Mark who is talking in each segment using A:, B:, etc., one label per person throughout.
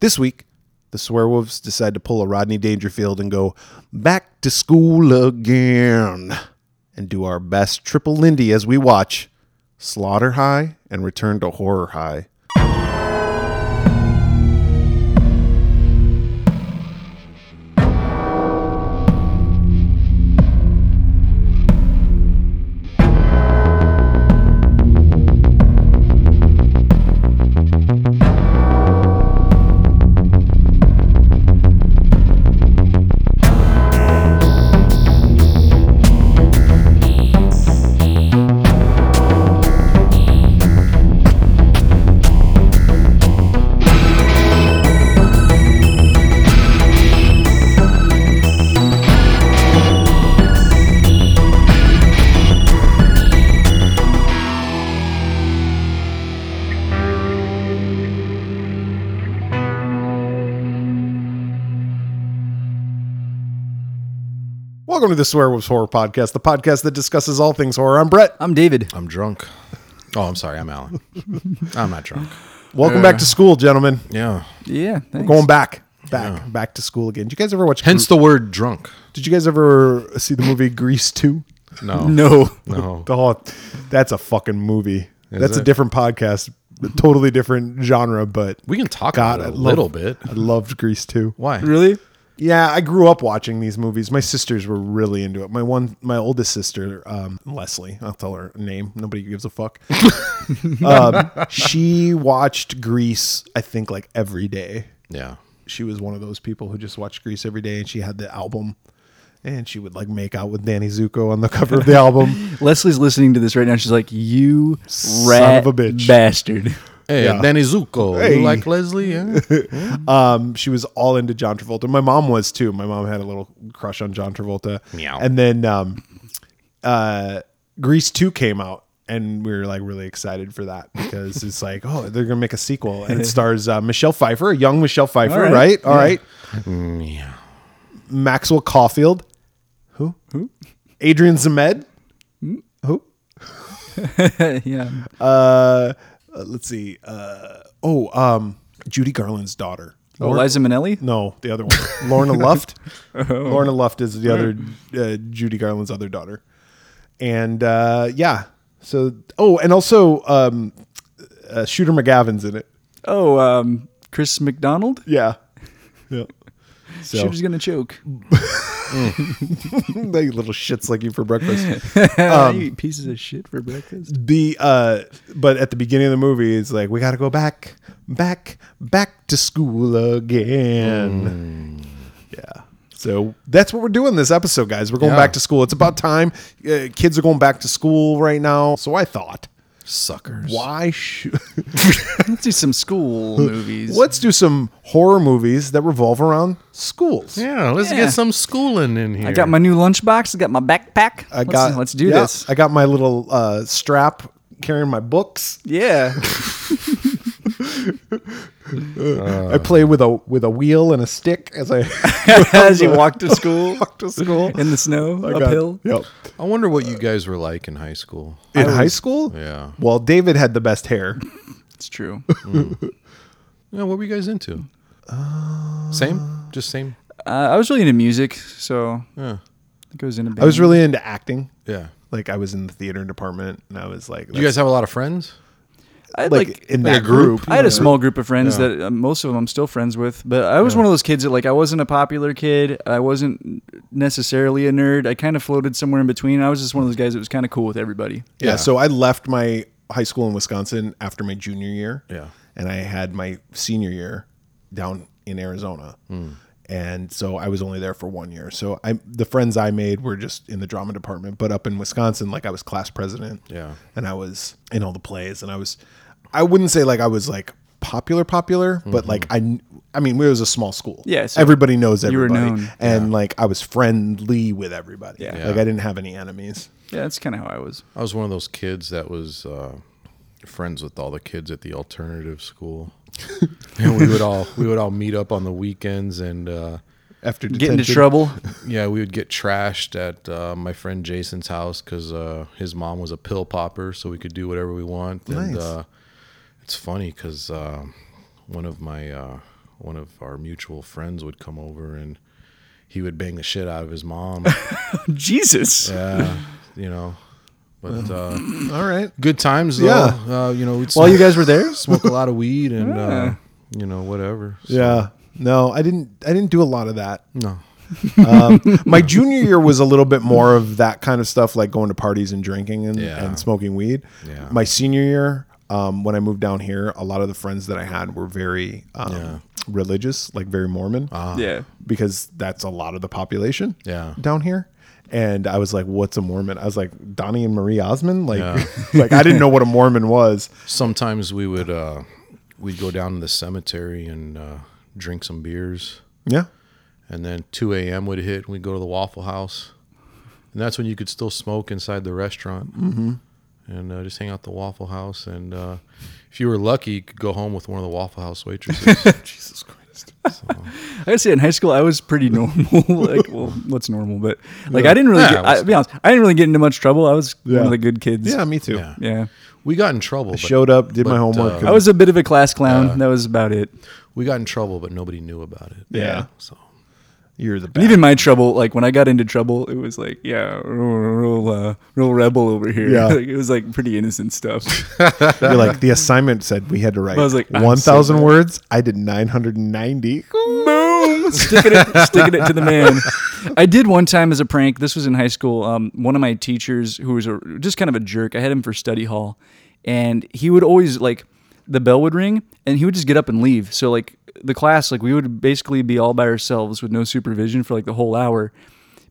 A: This week, the Swearwolves decide to pull a Rodney Dangerfield and go back to school again and do our best Triple Lindy as we watch Slaughter High and Return to Horror High. Welcome to the Swearwolves Horror Podcast, the podcast that discusses all things horror. I'm Brett.
B: I'm David.
C: I'm drunk. Oh, I'm sorry. I'm Alan. I'm not drunk.
A: Welcome back to school, gentlemen.
C: Yeah.
B: Yeah, thanks.
A: Going back, back, back to school again. Did you guys ever watch?
C: Hence the word drunk.
A: Did you guys ever see the movie Grease Two?
C: No.
B: No,
C: No.
A: Oh, that's a fucking movie. that's a
C: it?
A: different podcast, a totally different genre, but
C: We can talk
A: God,
C: about
A: I
C: it a
A: love-
C: little bit.
A: I loved Grease too.
C: Why?
B: really?
A: Yeah, I grew up watching these movies. My sisters were really into it. My one, my oldest sister, um, Leslie, I'll tell her name. Nobody gives a fuck. um, she watched Grease, I think, like every day.
C: Yeah.
A: She was one of those people who just watched Grease every day, and she had the album, and she would like make out with Danny Zuko on the cover of the album.
B: Leslie's listening to this right now. She's like, "You
A: Son of
B: rat
A: a bitch."
B: bastard."
C: Hey,
A: Yeah.
C: Danny Zuko.
A: Hey.
C: You like Leslie? Yeah?
A: Um, she was all into John Travolta. My mom was too. My mom had a little crush on John Travolta.
C: Meow.
A: And then um, uh, Grease Two came out, and we were like really excited for that because it's like, oh, they're gonna make a sequel, and it stars uh, Michelle Pfeiffer, a young Michelle Pfeiffer,
B: All right.
A: right? All right.
C: Mm, yeah.
A: Maxwell Caulfield, who, who, Adrian Zemed,
B: Hmm?
A: who,
B: yeah,
A: uh, uh, let's see, uh, oh, um, Judy Garland's daughter. Laura-
B: Eliza Minnelli.
A: No, the other one, Lorna Luft. Lorna Luft is the other uh, Judy Garland's other daughter, and uh, yeah. So oh, and also um, uh, Shooter McGavin's in it.
B: Oh, um, Chris McDonald.
A: Yeah, yeah. So
B: Shooter's gonna choke.
A: they little shits like you for breakfast. Um,
B: you eat pieces of shit for breakfast.
A: The uh, but at the beginning of the movie, it's like we got to go back, back, back to school again.
B: Mm.
A: Yeah. So that's what we're doing this episode, guys. We're going
C: Yeah.
A: back to school. It's about time. Uh, kids are going back to school right now. So I thought,
C: Suckers.
A: why should?
B: Let's do some school movies.
A: Let's do some horror movies that revolve around schools.
C: Yeah. Let's
B: Yeah.
C: get some schooling in here.
B: I got my new lunchbox. I got my backpack.
A: I
B: let's,
A: got.
B: Let's do
A: yeah,
B: this.
A: I got my little uh, strap carrying my books.
B: Yeah. Uh.
A: I play with a with a wheel and a stick as I
B: As you walk to school,
A: walk to school.
B: in the snow,
A: I got-
B: uphill.
A: Yep.
C: I wonder what you guys were like in high school.
A: In high school?
C: Yeah.
A: Well, David had the best hair.
B: It's true.
C: Yeah. What were you guys into? Uh, same. Just same.
B: Uh, I was really into music, so
C: Yeah.
B: it goes into.
A: I was really into acting.
C: Yeah.
A: Like I was in the theater department and I was like
C: Do you guys have a lot of friends?
B: I had,
A: like,
B: like,
A: in
C: like
A: that
C: a group?
A: group.
B: I had
C: Yeah.
B: a small group of friends
C: Yeah.
B: that uh, most of them I'm still friends with, but I was one of those kids that like I wasn't a popular kid. I wasn't necessarily a nerd. I kind of floated somewhere in between. I was just one of those guys that was kind of cool with everybody.
A: Yeah.
C: Yeah.
A: So I left my high school in Wisconsin after my junior year.
C: Yeah.
A: And I had my senior year down in Arizona.
B: Hmm.
A: And so I was only there for one year. So I the friends I made were just in the drama department, but up in Wisconsin, like I was class president.
C: Yeah.
A: And I was in all the plays and I was I wouldn't say like I was like popular popular, but like I kn- I mean, it was a small school.
B: Mm-hmm. Yeah, so
A: everybody knows
B: you were
A: everybody.
B: known.
A: And like I was friendly with everybody.
B: Yeah.
A: Like I didn't have any enemies.
B: Yeah, that's kind of how I was.
C: I was one of those kids that was uh, friends with all the kids at the alternative school, and we would all we would all meet up on the weekends, and uh,
A: After
B: Get into
A: detention.
B: trouble.
C: yeah, we would get trashed at uh, my friend Jason's house because uh, his mom was a pill popper, so we could do whatever we want. And
A: Nice.
C: uh, it's funny because uh, one of my uh, one of our mutual friends would come over and he would bang the shit out of his mom.
B: Jesus.
C: yeah, you know. But uh,
A: All right.
C: good times though.
A: Yeah.
C: Uh, you know, we'd
A: While you
C: smoke-
A: guys were there?
C: smoke a lot of weed and uh,
B: Yeah.
C: you know whatever. So,
A: Yeah. No, I didn't. I didn't do a lot of that.
C: No.
A: My junior year was a little bit more of that kind of stuff, like going to parties and drinking and,
C: Yeah.
A: and smoking weed.
C: Yeah.
A: My senior year, um, when I moved down here, a lot of the friends that I had were very um,
C: Yeah.
A: religious, like very Mormon,
B: Yeah.
A: because that's a lot of the population
C: Yeah.
A: down here. And I was like, "What's a Mormon?" I was like, "Donnie and Marie Osmond." Like, like I didn't know what a Mormon was.
C: Sometimes we would uh, we'd go down to the cemetery and uh, drink some beers,
A: Yeah.
C: and then 2 a.m. would hit and we'd go to the Waffle House, and that's when you could still smoke inside the restaurant mm-hmm. and uh, just hang out at the Waffle House. And uh, if you were lucky, you could go home with one of the Waffle House waitresses.
A: Jesus Christ.
B: I gotta say, in high school, I was pretty normal. like, well, what's normal? But like, I didn't really.
C: Yeah,
B: get,
C: what's-
B: I, be honest, I didn't really get into much trouble. I was
A: Yeah.
B: one of the good kids.
A: Yeah, me too.
C: Yeah.
B: Yeah.
C: we got in trouble. But
A: Showed up, did my
C: But,
A: homework.
C: uh,
B: I was a bit of a class clown. that was about it.
C: We got in trouble, but nobody knew about it.
A: Yeah.
C: So
A: You're the
B: And
A: best.
B: even my trouble, like when I got into trouble, it was like, yeah, real, real, uh, real rebel over here.
A: Yeah.
B: like, it was like pretty innocent stuff.
A: You're like the assignment said we had to write
B: I was like, I'm so
A: 1,000 words. I did 990.
B: Boom, sticking it, sticking it to the man. I did one time as a prank. This was in high school. Um, one of my teachers, who was a, just kind of a jerk, I had him for study hall, and he would always like the bell would ring, and he would just get up and leave. So like the class, like we would basically be all by ourselves with no supervision for like the whole hour.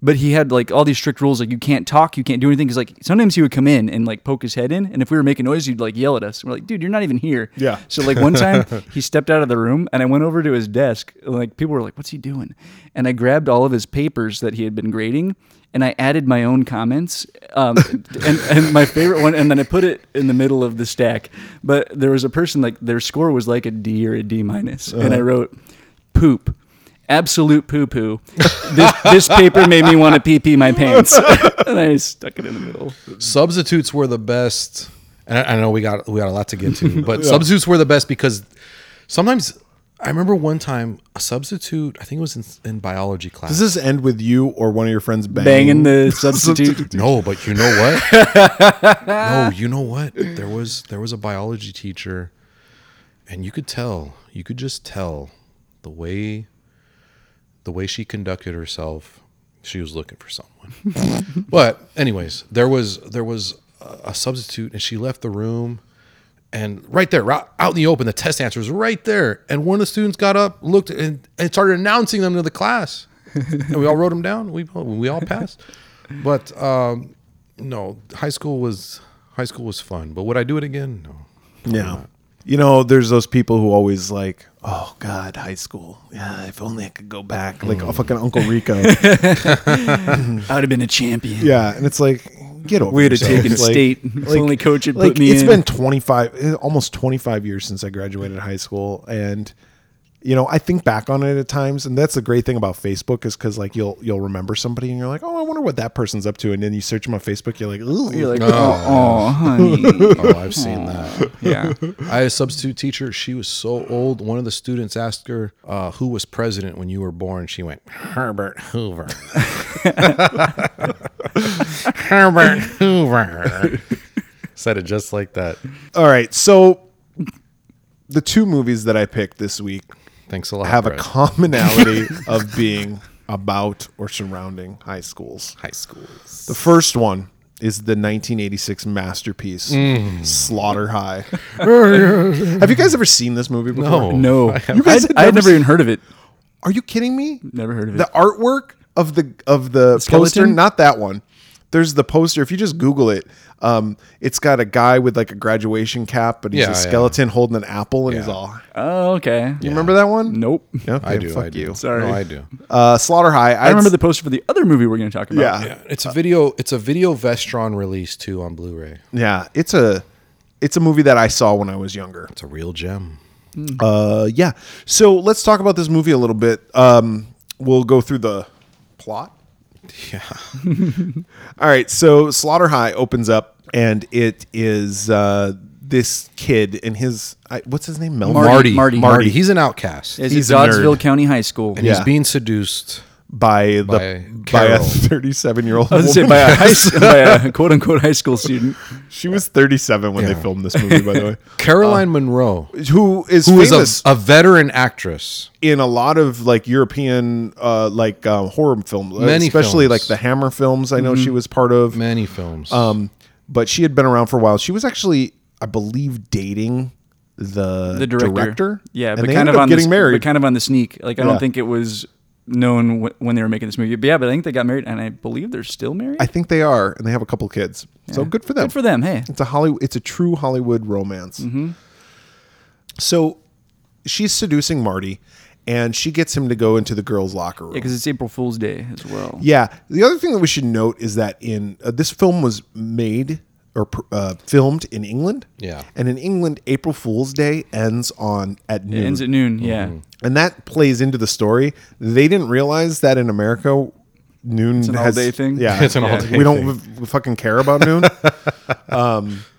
B: But he had like all these strict rules, like you can't talk, you can't do anything. Because like sometimes he would come in and like poke his head in, and if we were making noise, he'd like yell at us. We're like, dude, you're not even here.
A: Yeah.
B: So like one time he stepped out of the room and I went over to his desk. Like people were like, "What's he doing?" And I grabbed all of his papers that he had been grading and I added my own comments. Um, and, and my favorite one, and then I put it in the middle of the stack. But there was a person like their score was like a D or a D minus, and I wrote poop. Absolute poo poo. This, this paper made me want to pee pee my pants, and I stuck it in the middle.
C: substitutes were the best. And I, I know we got we got a lot to get to, but substitutes were the best because sometimes I remember one time a substitute. I think it was in, in biology class.
A: Does this end with you or one of your friends banging,
B: Banging the substitute.
C: no, but you know what? no, you know what? There was there was a biology teacher, and you could tell. You could just tell the way the way she conducted herself. She was looking for someone. but anyways, there was there was a a substitute, and she left the room. And right there, right out in the open, the test answers were right there. And one of the students got up, looked, and, and started announcing them to the class. and we all wrote them down. We all- we all passed. But um, no, high school was high school was fun. But would I do it again? No.
A: Yeah. You know, there's those people who always like, oh God, high school. Yeah, if only I could go back. Like
B: Mm.
A: a fucking Uncle Rico.
B: I would have been a champion.
A: yeah, and it's like, get over.
B: We would have
A: yourself.
B: taken a
A: Like-
B: state. If only coach had
A: Like
B: put me
A: it's
B: in.
A: been 25, eh, almost 25 years since I graduated high school, and you know I think back on it at times, and that's the great thing about Facebook is because like you'll you'll remember somebody and you're like, oh, I wonder what that person's up to, and then you search them on Facebook, you're like, Ooh.
B: You're like, oh, oh, honey.
C: Oh, I've seen that.
B: yeah.
C: I had a substitute teacher. She was so old. One of the students asked her, uh, "Who was president when you were born?" She went, "Herbert Hoover." Herbert Hoover said it just like that.
A: all right, so the two movies that I picked this week
C: Thanks a lot.
A: have a
C: Brett.
A: commonality of being about or surrounding high schools.
C: high schools.
A: The first one is the 1986 masterpiece Slaughter High. Have you guys ever seen this movie before?
B: No.
A: You guys had
B: I'd- I had
A: never
B: never even heard of it.
A: Are you kidding me?
B: Never heard of it.
A: The artwork of the of the poster,
B: skeleton?
A: not that one. There's the poster. If you just Google it, um, it's got a guy with like a graduation cap, but he's
C: Yeah,
A: a
C: yeah.
A: skeleton holding an apple, and he's
C: Yeah.
A: all. You
B: oh, okay.
A: remember that one?
B: Nope.
A: Okay,
C: I do.
A: Fuck
C: I do.
A: you.
B: Sorry.
C: No, I do.
A: Uh, Slaughter High.
B: I remember the poster for the other movie we're going to talk about.
A: Yeah,
C: Yeah, it's a video. It's a video Vestron release too on Blu-ray.
A: yeah. It's a, it's a movie that I saw when I was younger.
C: It's a real gem.
A: Uh, yeah. So let's talk about this movie a little bit. Um, we'll go through the plot.
C: Yeah.
A: All right. So Slaughter High opens up, and it is uh, this kid and his I, what's his name? Mel
B: Marty.
C: Marty.
B: Marty.
C: He's an outcast.
B: Is
A: He's
B: it
A: a nerd.
B: Doddsville County High School?
C: and
A: Yeah.
C: he's being seduced.
A: by the by,
C: By
A: a
C: Carol.
A: 37 year old
B: I was
A: woman.
B: gonna say by a, high, s- by a quote unquote high school student.
A: she was 37 when they
C: Yeah.
A: filmed this movie by the way
B: Uh,
C: Caroline Monroe,
A: who is
C: who is
A: famous
C: a, a veteran actress.
A: in a lot of like European uh like uh, horror film
C: Many
A: especially
C: films. Mm-hmm.
A: like the Hammer films I know she was part of
C: Many films.
A: um but she had been around for a while she was actually I believe dating the
B: the director. Yeah,
A: and
B: but
A: they
B: kind
A: ended
B: of
A: up
B: on
A: getting
B: the,
A: married
B: But kind of on the sneak. Like I
A: Yeah.
B: don't think it was known wh- when they were making this movie. But yeah, but I think they got married, and I believe they're still married.
A: I think they are and they have a couple kids so good for them
B: Good for them. Mm-hmm. Hey,
A: It's a Hollywood. It's a true Hollywood romance. So she's seducing Marty, and she gets him to go into the girls' locker room.
B: because it's April Fool's Day as well.
A: Yeah. The other thing that we should note is that in uh, this film was made or pr- uh, filmed in England.
C: Yeah.
A: And in England, April Fool's Day ends on at noon,
B: It ends at noon. Yeah,
A: and that plays into the story. They didn't realize that in America. Noon
B: an
A: has-
B: all-day thing?
A: Yeah,
C: It's an
A: Yeah.
C: all-day
A: We don't v- fucking care about noon. um,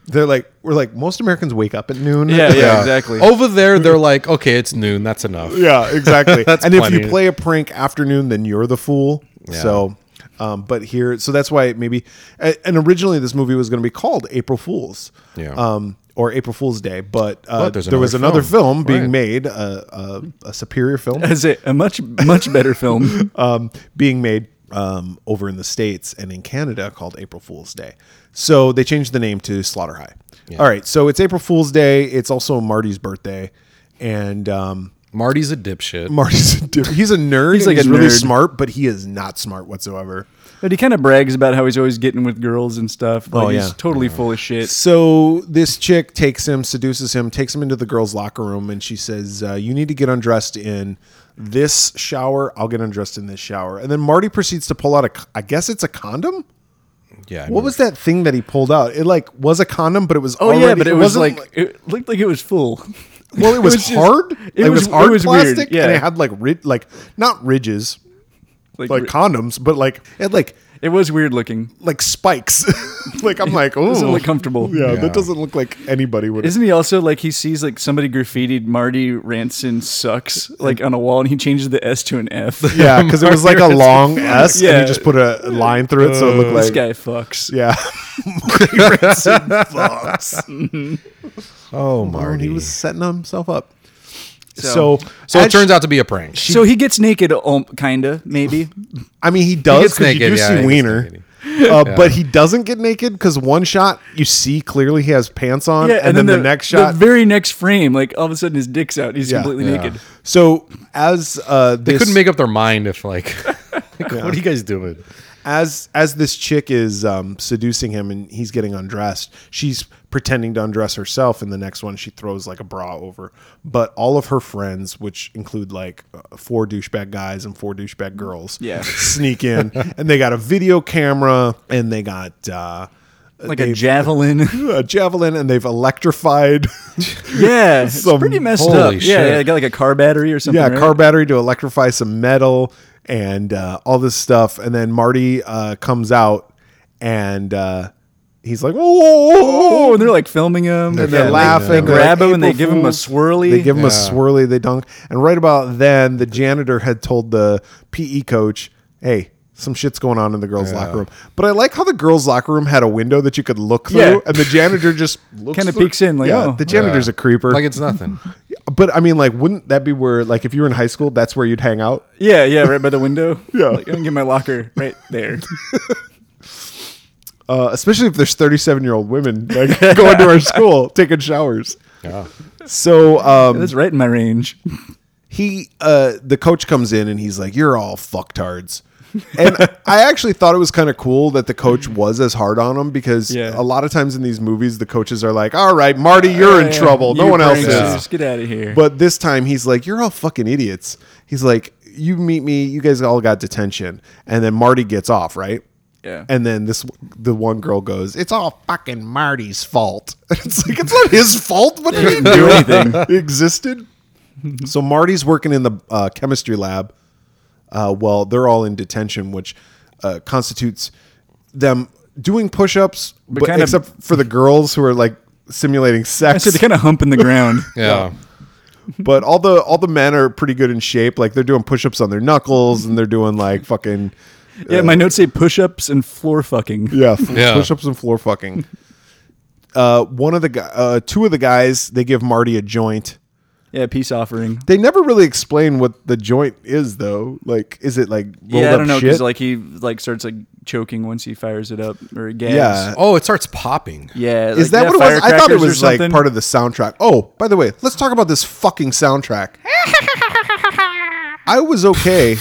A: they're like, we're like, most Americans wake up at noon.
B: yeah, yeah, exactly.
C: Over there, they're like, okay, it's noon. That's enough.
A: Yeah, exactly.
C: That's
A: and if you
C: funny.
A: play a prank afternoon, then you're the fool.
C: Yeah.
A: So, um, but here, so that's why maybe, a- and originally this movie was going to be called April Fools.
C: Yeah.
A: Um, or April Fool's Day, but, uh,
C: But there's
A: there was
C: another
A: another film,
C: film.
A: being
C: Right.
A: made, uh, uh, a superior film
B: As a, a much much better film.
A: um, being made um, over in the states and in Canada called April Fool's Day. So they changed the name to Slaughter High. All right, so it's April Fool's Day. It's also Marty's birthday, and um,
C: Marty's a dipshit.
A: Marty's a diff- he's a nerd.
B: He's
A: and
B: like a
A: he's really
B: nerd.
A: smart, but he is not smart whatsoever.
B: but he kind of brags about how he's always getting with girls and stuff. Like
A: Oh, yeah.
B: he's totally full of shit.
A: So this chick takes him, seduces him, takes him into the girls' locker room, and she says, uh, "You need to get undressed in." This shower, I'll get undressed in this shower, and then Marty proceeds to pull out a. c- I guess it's a condom.
C: yeah. I
A: What was that thing that he pulled out? It like was a condom, but it was
B: Oh yeah,
A: already-
B: but it, was
A: wasn't,
B: like, it looked like it was full.
A: well, it was,
B: was just-
A: hard.
B: it
A: It, was,
B: was- it
A: hard
B: was weird,
A: plastic,
B: yeah.
A: and it had like rid, like not ridges,
B: Like,
A: like condoms, but like it had like
B: it was weird looking.
A: like spikes. like I'm like, oh,
B: Doesn't look comfortable.
A: Yeah,
C: Yeah.
A: that doesn't look like anybody would.
B: Isn't he also like he sees like somebody graffitied Marty Ranson sucks like on a wall and he changes the S to an F.
A: yeah, because it was like a long S, and
B: Yeah. Uh,
A: he just put a line through it, so it looked
B: this
A: like
B: guy fucks.
A: yeah. Marty Ransom fucks.
C: Oh,
A: And
C: Marty.
A: he was setting himself up. So,
B: So-
C: so it turns out to be a prank.
B: so he gets naked, um, kinda maybe.
A: I mean, he does
C: gets
A: because you
C: naked,
A: do
C: yeah, he
A: see
C: gets
A: wiener,
C: naked.
A: uh, but he doesn't get naked because one shot you see clearly he has pants on,
B: yeah,
A: and, then, the, next shot.
B: the very next frame, like all of a sudden his dick's out. He's
A: Yeah.
B: completely
C: Yeah.
B: naked.
A: so as uh,
C: they
A: this-
C: couldn't make up their mind if like, like, what are you guys doing?
A: as as this chick is um, seducing him and he's getting undressed, she's pretending to undress herself. In the next one, she throws like a bra over. But all of her friends, which include like uh, four douchebag guys and four douchebag girls,
B: Yeah.
A: sneak in, and they got a video camera and they got. Uh,
B: Like a
A: they've-
B: javelin.
A: a javelin and they've electrified
B: yeah. It's
A: Some-
B: pretty messed
C: holy
B: up. Yeah,
C: shit.
B: yeah, it got like a car battery or something.
A: yeah
B: right?
A: car battery to electrify some metal and uh, all this stuff and then marty uh, comes out and uh, he's like
B: Oh,
A: oh
B: and they're like filming him.
A: and they're laughing
B: They uh,
A: they're
B: grab
A: like,
B: him and they
A: "April
B: give him a
A: Fools."
B: swirly.
A: they give him a
C: Yeah.
A: swirly they dunk and right about then the janitor had told the pe coach hey some shit's going on in the girls' locker room, but I like how the girls' locker room had a window that you could look through,
B: Yeah.
A: and the janitor just looks
B: Kinda
A: through-
B: peeks in, like,
A: yeah,
B: oh.
A: the janitor's
C: Yeah.
A: a creeper.
C: Like it's nothing.
A: But I mean, like, wouldn't that be where, like, if you were in high school, that's where you'd hang out?
B: Yeah, yeah, right by the window.
A: Yeah.
B: Like, I'm gonna get my locker right there.
A: Uh, especially if there's 37 year old women like going to our school taking showers.
C: Yeah.
A: So um,
B: That's right in my range.
A: he, uh, the coach comes in and he's like, "You're all fucktards." and I actually thought it was kind of cool that the coach was as hard on him because
B: Yeah.
A: a lot of times in these movies, the coaches are like, "All right, Marty, you're in
B: Yeah,
A: trouble. No
B: you
A: one else is."
B: pranksters, Get out of here.
A: But this time he's like, "You're all fucking idiots." He's like, "You meet me. You guys all got detention." And then Marty gets off, right?
B: Yeah.
A: And then this the one girl goes, "It's all fucking Marty's fault." it's like it's not his fault. What did he do? Anything existed. So Marty's working in the uh, chemistry lab. Uh, well, they're all in detention, which uh, constitutes them doing push-ups, but
B: kinda-
A: except for the girls who are like simulating
B: I
A: sex.
B: said they're kind of humping the ground.
C: Yeah.
A: but all the all the men are pretty good in shape. Like they're doing push-ups on their knuckles and they're doing like fucking
B: yeah, my notes say push-ups and floor fucking.
A: yeah, f-
C: Yeah.
A: push-ups and floor fucking. Uh, one of the gu- uh, two of the guys they give Marty a joint.
B: Yeah, peace offering.
A: They never really explain what the joint is though. Like, is it like rolled
B: yeah, I
A: up
B: don't know
A: shit?
B: because like he like starts like choking once he fires it up or gags.
A: Yeah.
C: Oh, it starts popping.
B: yeah.
A: is that what it was? I thought it was like part
B: of.
A: of the soundtrack. Oh, by the way, let's talk about this fucking soundtrack. I was okay,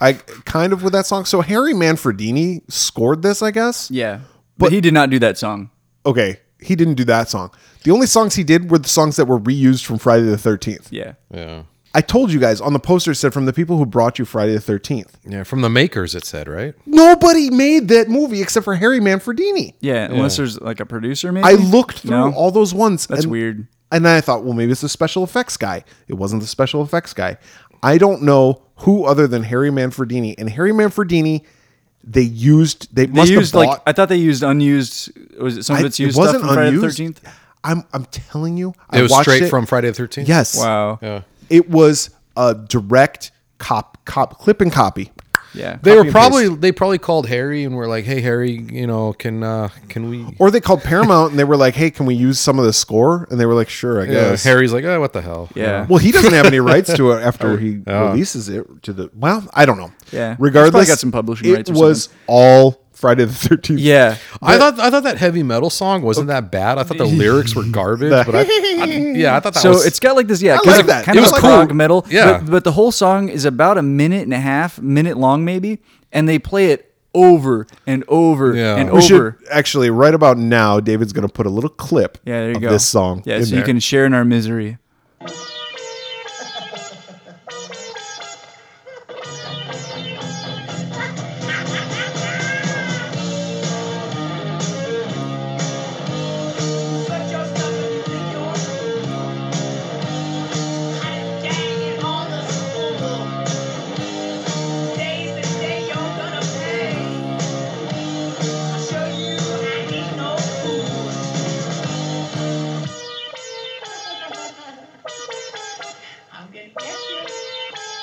A: I kind of with that song. So Harry Manfredini scored this, I guess.
B: Yeah, but, he did not do that song.
A: Okay, he didn't do that song. The only songs he did were the songs that were reused from Friday the Thirteenth.
B: Yeah,
C: Yeah.
A: I told you guys on the poster it said from the people who brought you Friday the Thirteenth.
C: Yeah. From the makers, it said, right?
A: Nobody made that movie except for Harry Manfredini.
B: yeah. Unless there's like a producer, maybe.
A: I looked through
B: No.
A: all those ones.
B: That's
A: and-
B: weird.
A: And then I thought, well, maybe it's the special effects guy. It wasn't the special effects guy. I don't know who other than Harry Manfredini. And Harry Manfredini, they used they,
B: They
A: must
B: used
A: have bought.
B: like I thought they used unused. Was it some of
A: I-
B: it's used stuff from Friday the Thirteenth?
A: I'm I'm telling you,
C: It
A: I
C: was
A: watched
C: straight
A: it.
C: from Friday the Thirteenth.
A: yes.
B: Wow. Yeah.
C: Yeah.
A: It was a direct cop cop clip and copy.
C: They were
A: and
C: probably they probably called Harry and were like, "Hey, Harry, you know, can uh can we?"
A: Or they called Paramount and they were like, "Hey, can we use some of the score?" And they were like, "Sure, I
C: Yeah,
A: guess."
C: Harry's like, "Oh, what the hell?"
B: yeah.
A: Well, he doesn't have any rights to it after he releases it to the. Well, I don't know.
B: Yeah. He's probably
A: Regardless,
B: got some publishing
A: it
B: rights or
A: was all Friday the Thirteenth.
B: yeah.
C: I thought I thought that heavy metal song wasn't that bad. I thought the lyrics were garbage, but I, I- yeah, I thought that
B: So
C: was
B: it's got like this, yeah,
A: I
B: kind
A: like
B: of,
A: that.
B: kind
A: It
B: of
A: was
B: like
A: cool.
B: prog metal.
C: Yeah.
B: but, but the whole song is about a minute and a half, minute long maybe, and they play it over and over
C: Yeah.
B: and
A: We should
B: over.
A: actually right about now. David's going to put a little clip.
B: Yeah, there you
A: of
B: go.
A: This song.
B: yeah,
A: in
B: so you
A: there.
B: can share in our misery.
D: I'm gonna get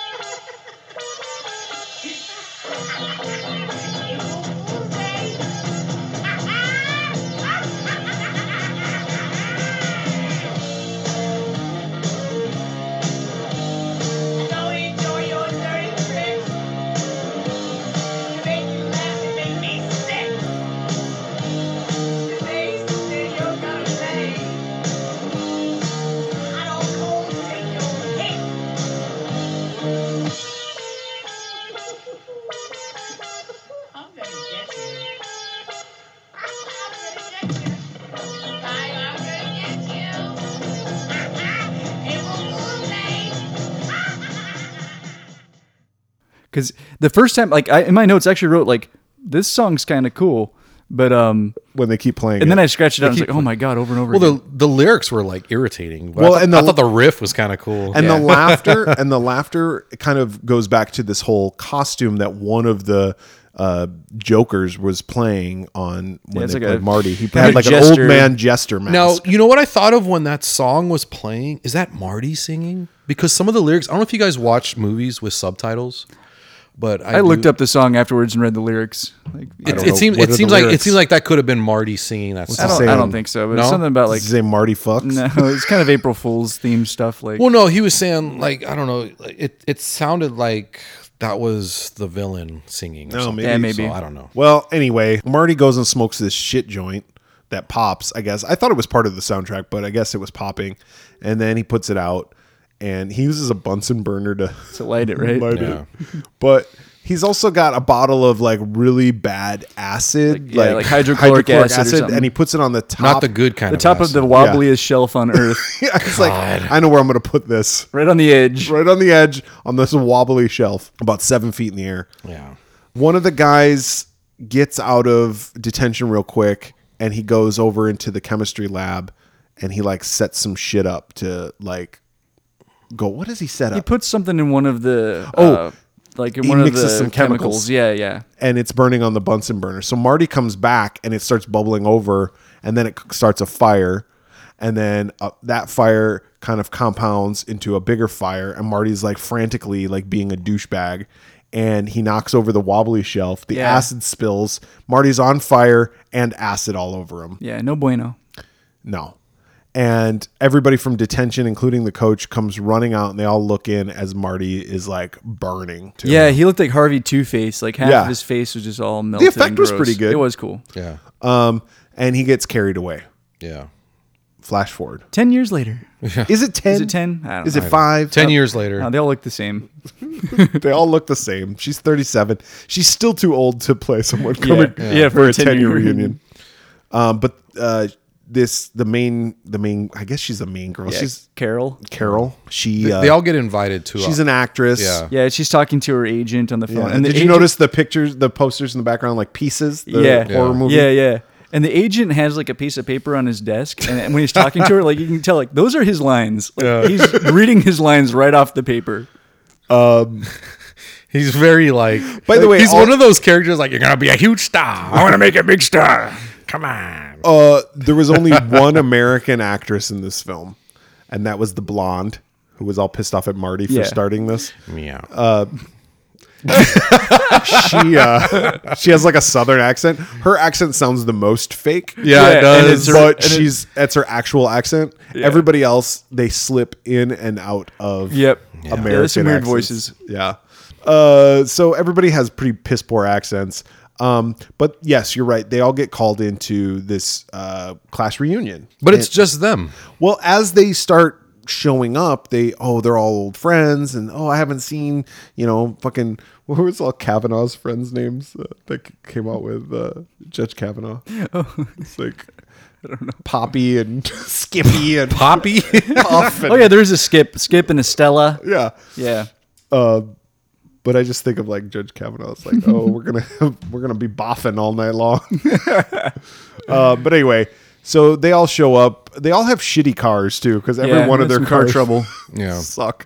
D: I'm gonna get you. I'm gonna get you. I'm gonna get you. It will move late.
B: Because the first time, like I, in my notes, I actually wrote like this song's kind of cool, but um,
A: when they keep playing.
B: and
A: it.
B: then I scratched it out. and I was like, oh my god, over and over.
C: well.
B: again.
C: The the lyrics were like irritating. But
A: Well,
C: I thought,
A: and the-
C: I thought the riff was kind of cool.
A: and the laughter and the laughter kind of goes back to this whole costume that one of the uh, jokers was playing on when
B: Yeah, it's
A: they
B: like
A: played
B: a-
A: Marty. He
B: kind
A: had
B: of
A: like an
B: jester.
A: old man jester mask.
C: Now, you know what I thought of when that song was playing? Is that Marty singing? Because some of the lyrics, I don't know if you guys watch movies with subtitles, but I,
B: I looked
C: do-
B: up the song afterwards and read the lyrics. Like I
C: It,
B: don't,
C: it seems
A: What are
C: it
A: the
C: seems like it
A: lyrics?
C: seems like that could have been Marty singing that
B: I
C: song.
B: don't, I don't think so. But it's
C: No?
B: something about like
A: Does it say Marty fucks.
B: no, it's kind of April Fool's theme stuff. Like
C: Well, no, he was saying like I don't know. like, It it sounded like that was the villain singing. Or
A: Oh,
C: something.
A: maybe.
B: yeah, maybe.
C: So I don't know.
A: Well, anyway, Marty goes and smokes this shit joint that pops, I guess. I thought it was part of the soundtrack, but I guess it was popping. And then he puts it out and he uses a Bunsen burner to
B: to light it, right?
A: light
C: Yeah.
A: it. But he's also got a bottle of like really bad acid,
B: Like, yeah, like hydrochloric acid or something.
A: and he puts it on the top.
C: Not the good kind.
B: the
C: of
B: top of
C: acid.
B: the wobbliest shelf on earth,
A: Yeah, it's like, I know where I'm going to put this.
B: right on the edge.
A: Right on the edge on this wobbly shelf, about seven feet in the air.
C: yeah.
A: one of the guys gets out of detention real quick and he goes over into the chemistry lab and he like sets some shit up to like go what does he set
B: He
A: up
B: puts something in one of the
A: Oh.
B: uh, like in
A: He
B: one of
A: mixes
B: the
A: some chemicals.
B: Yeah, yeah.
A: and it's burning on the bunsen burner so marty comes back and it starts bubbling over and then it c- starts a fire And then uh, that fire kind of compounds into a bigger fire. And Marty's like frantically like being a douchebag. And he knocks over the wobbly shelf. The
B: Yeah.
A: acid spills. Marty's on fire and acid all over him.
B: Yeah, no bueno.
A: No. And everybody from detention, including the coach, comes running out and they all look in as Marty is like burning. Too.
B: Yeah, he looked like Harvey Two Face. Like half
A: Yeah.
B: of his face was just all melted.
A: effect
B: and
A: was
B: gross.
A: pretty good.
B: It was cool.
C: Yeah.
A: Um, and he gets carried away.
C: Yeah.
A: Flash forward.
B: Ten years later,
A: Is it 10?
B: is it ten? I don't
A: Is
B: know.
A: it five?
C: Ten years later.
B: No, they all look the same.
A: They all look the same. She's 37. She's still too old to play someone coming
B: Yeah. Yeah,
A: for a 10 year reunion. Um, but uh, this, the main, the main, I guess she's the main girl.
B: Yeah,
A: She's
B: Carol.
A: Carol. She, uh,
C: they all get invited to.
A: she's
C: a,
A: an actress.
C: Yeah.
B: Yeah, she's talking to her agent on the phone.
A: Yeah.
B: And the
A: Did you
B: agent-
A: notice the pictures, the posters in the background, like pieces? The
B: yeah.
A: Horror
B: yeah.
A: movie?
B: Yeah, yeah. And the agent has like a piece of paper on his desk, and when he's talking to her, like you can tell, like those are his lines. Like, He's reading his lines right off the paper.
C: he's very like.
A: By the way,
C: he's
A: all-
C: one of those characters like you're gonna be a huge star. I want to make a big star. Come on.
A: Uh, there was only one American actress in this film, and that was the blonde who was all pissed off at Marty for
B: Yeah.
A: starting this.
C: Meow.
A: uh, She uh, she has like a southern accent. Her accent sounds the most fake.
C: yeah, it
B: yeah, and it's
C: does.
B: her-
A: but
B: and it-
A: she's that's her actual accent. Everybody else they slip in and out of
B: Yep. Yeah.
A: American
B: Yeah, there's some weird
A: accents.
B: voices.
A: Yeah. Uh, so everybody has pretty piss poor accents. Um, but yes, you're right. They all get called into this uh, class reunion.
C: but it's just them.
A: Well, as they start showing up, they oh they're all old friends, and oh I haven't seen you know fucking what was all Kavanaugh's friends' names uh, that c- came out with uh, Judge Kavanaugh. It's like I don't know Poppy and Skippy and
C: Poppy.
A: Puff. And,
B: Oh yeah, there's a skip, skip and a Stella.
A: yeah.
B: Yeah.
A: Uh, but I just think of like Judge Kavanaugh. It's like, oh, we're gonna we're gonna be boffing all night long. uh, but anyway, so they all show up. They all have shitty cars too, because every
B: Yeah,
A: one of
B: that's
A: their
B: some
A: car
B: cars.
A: trouble
C: Yeah.
A: suck.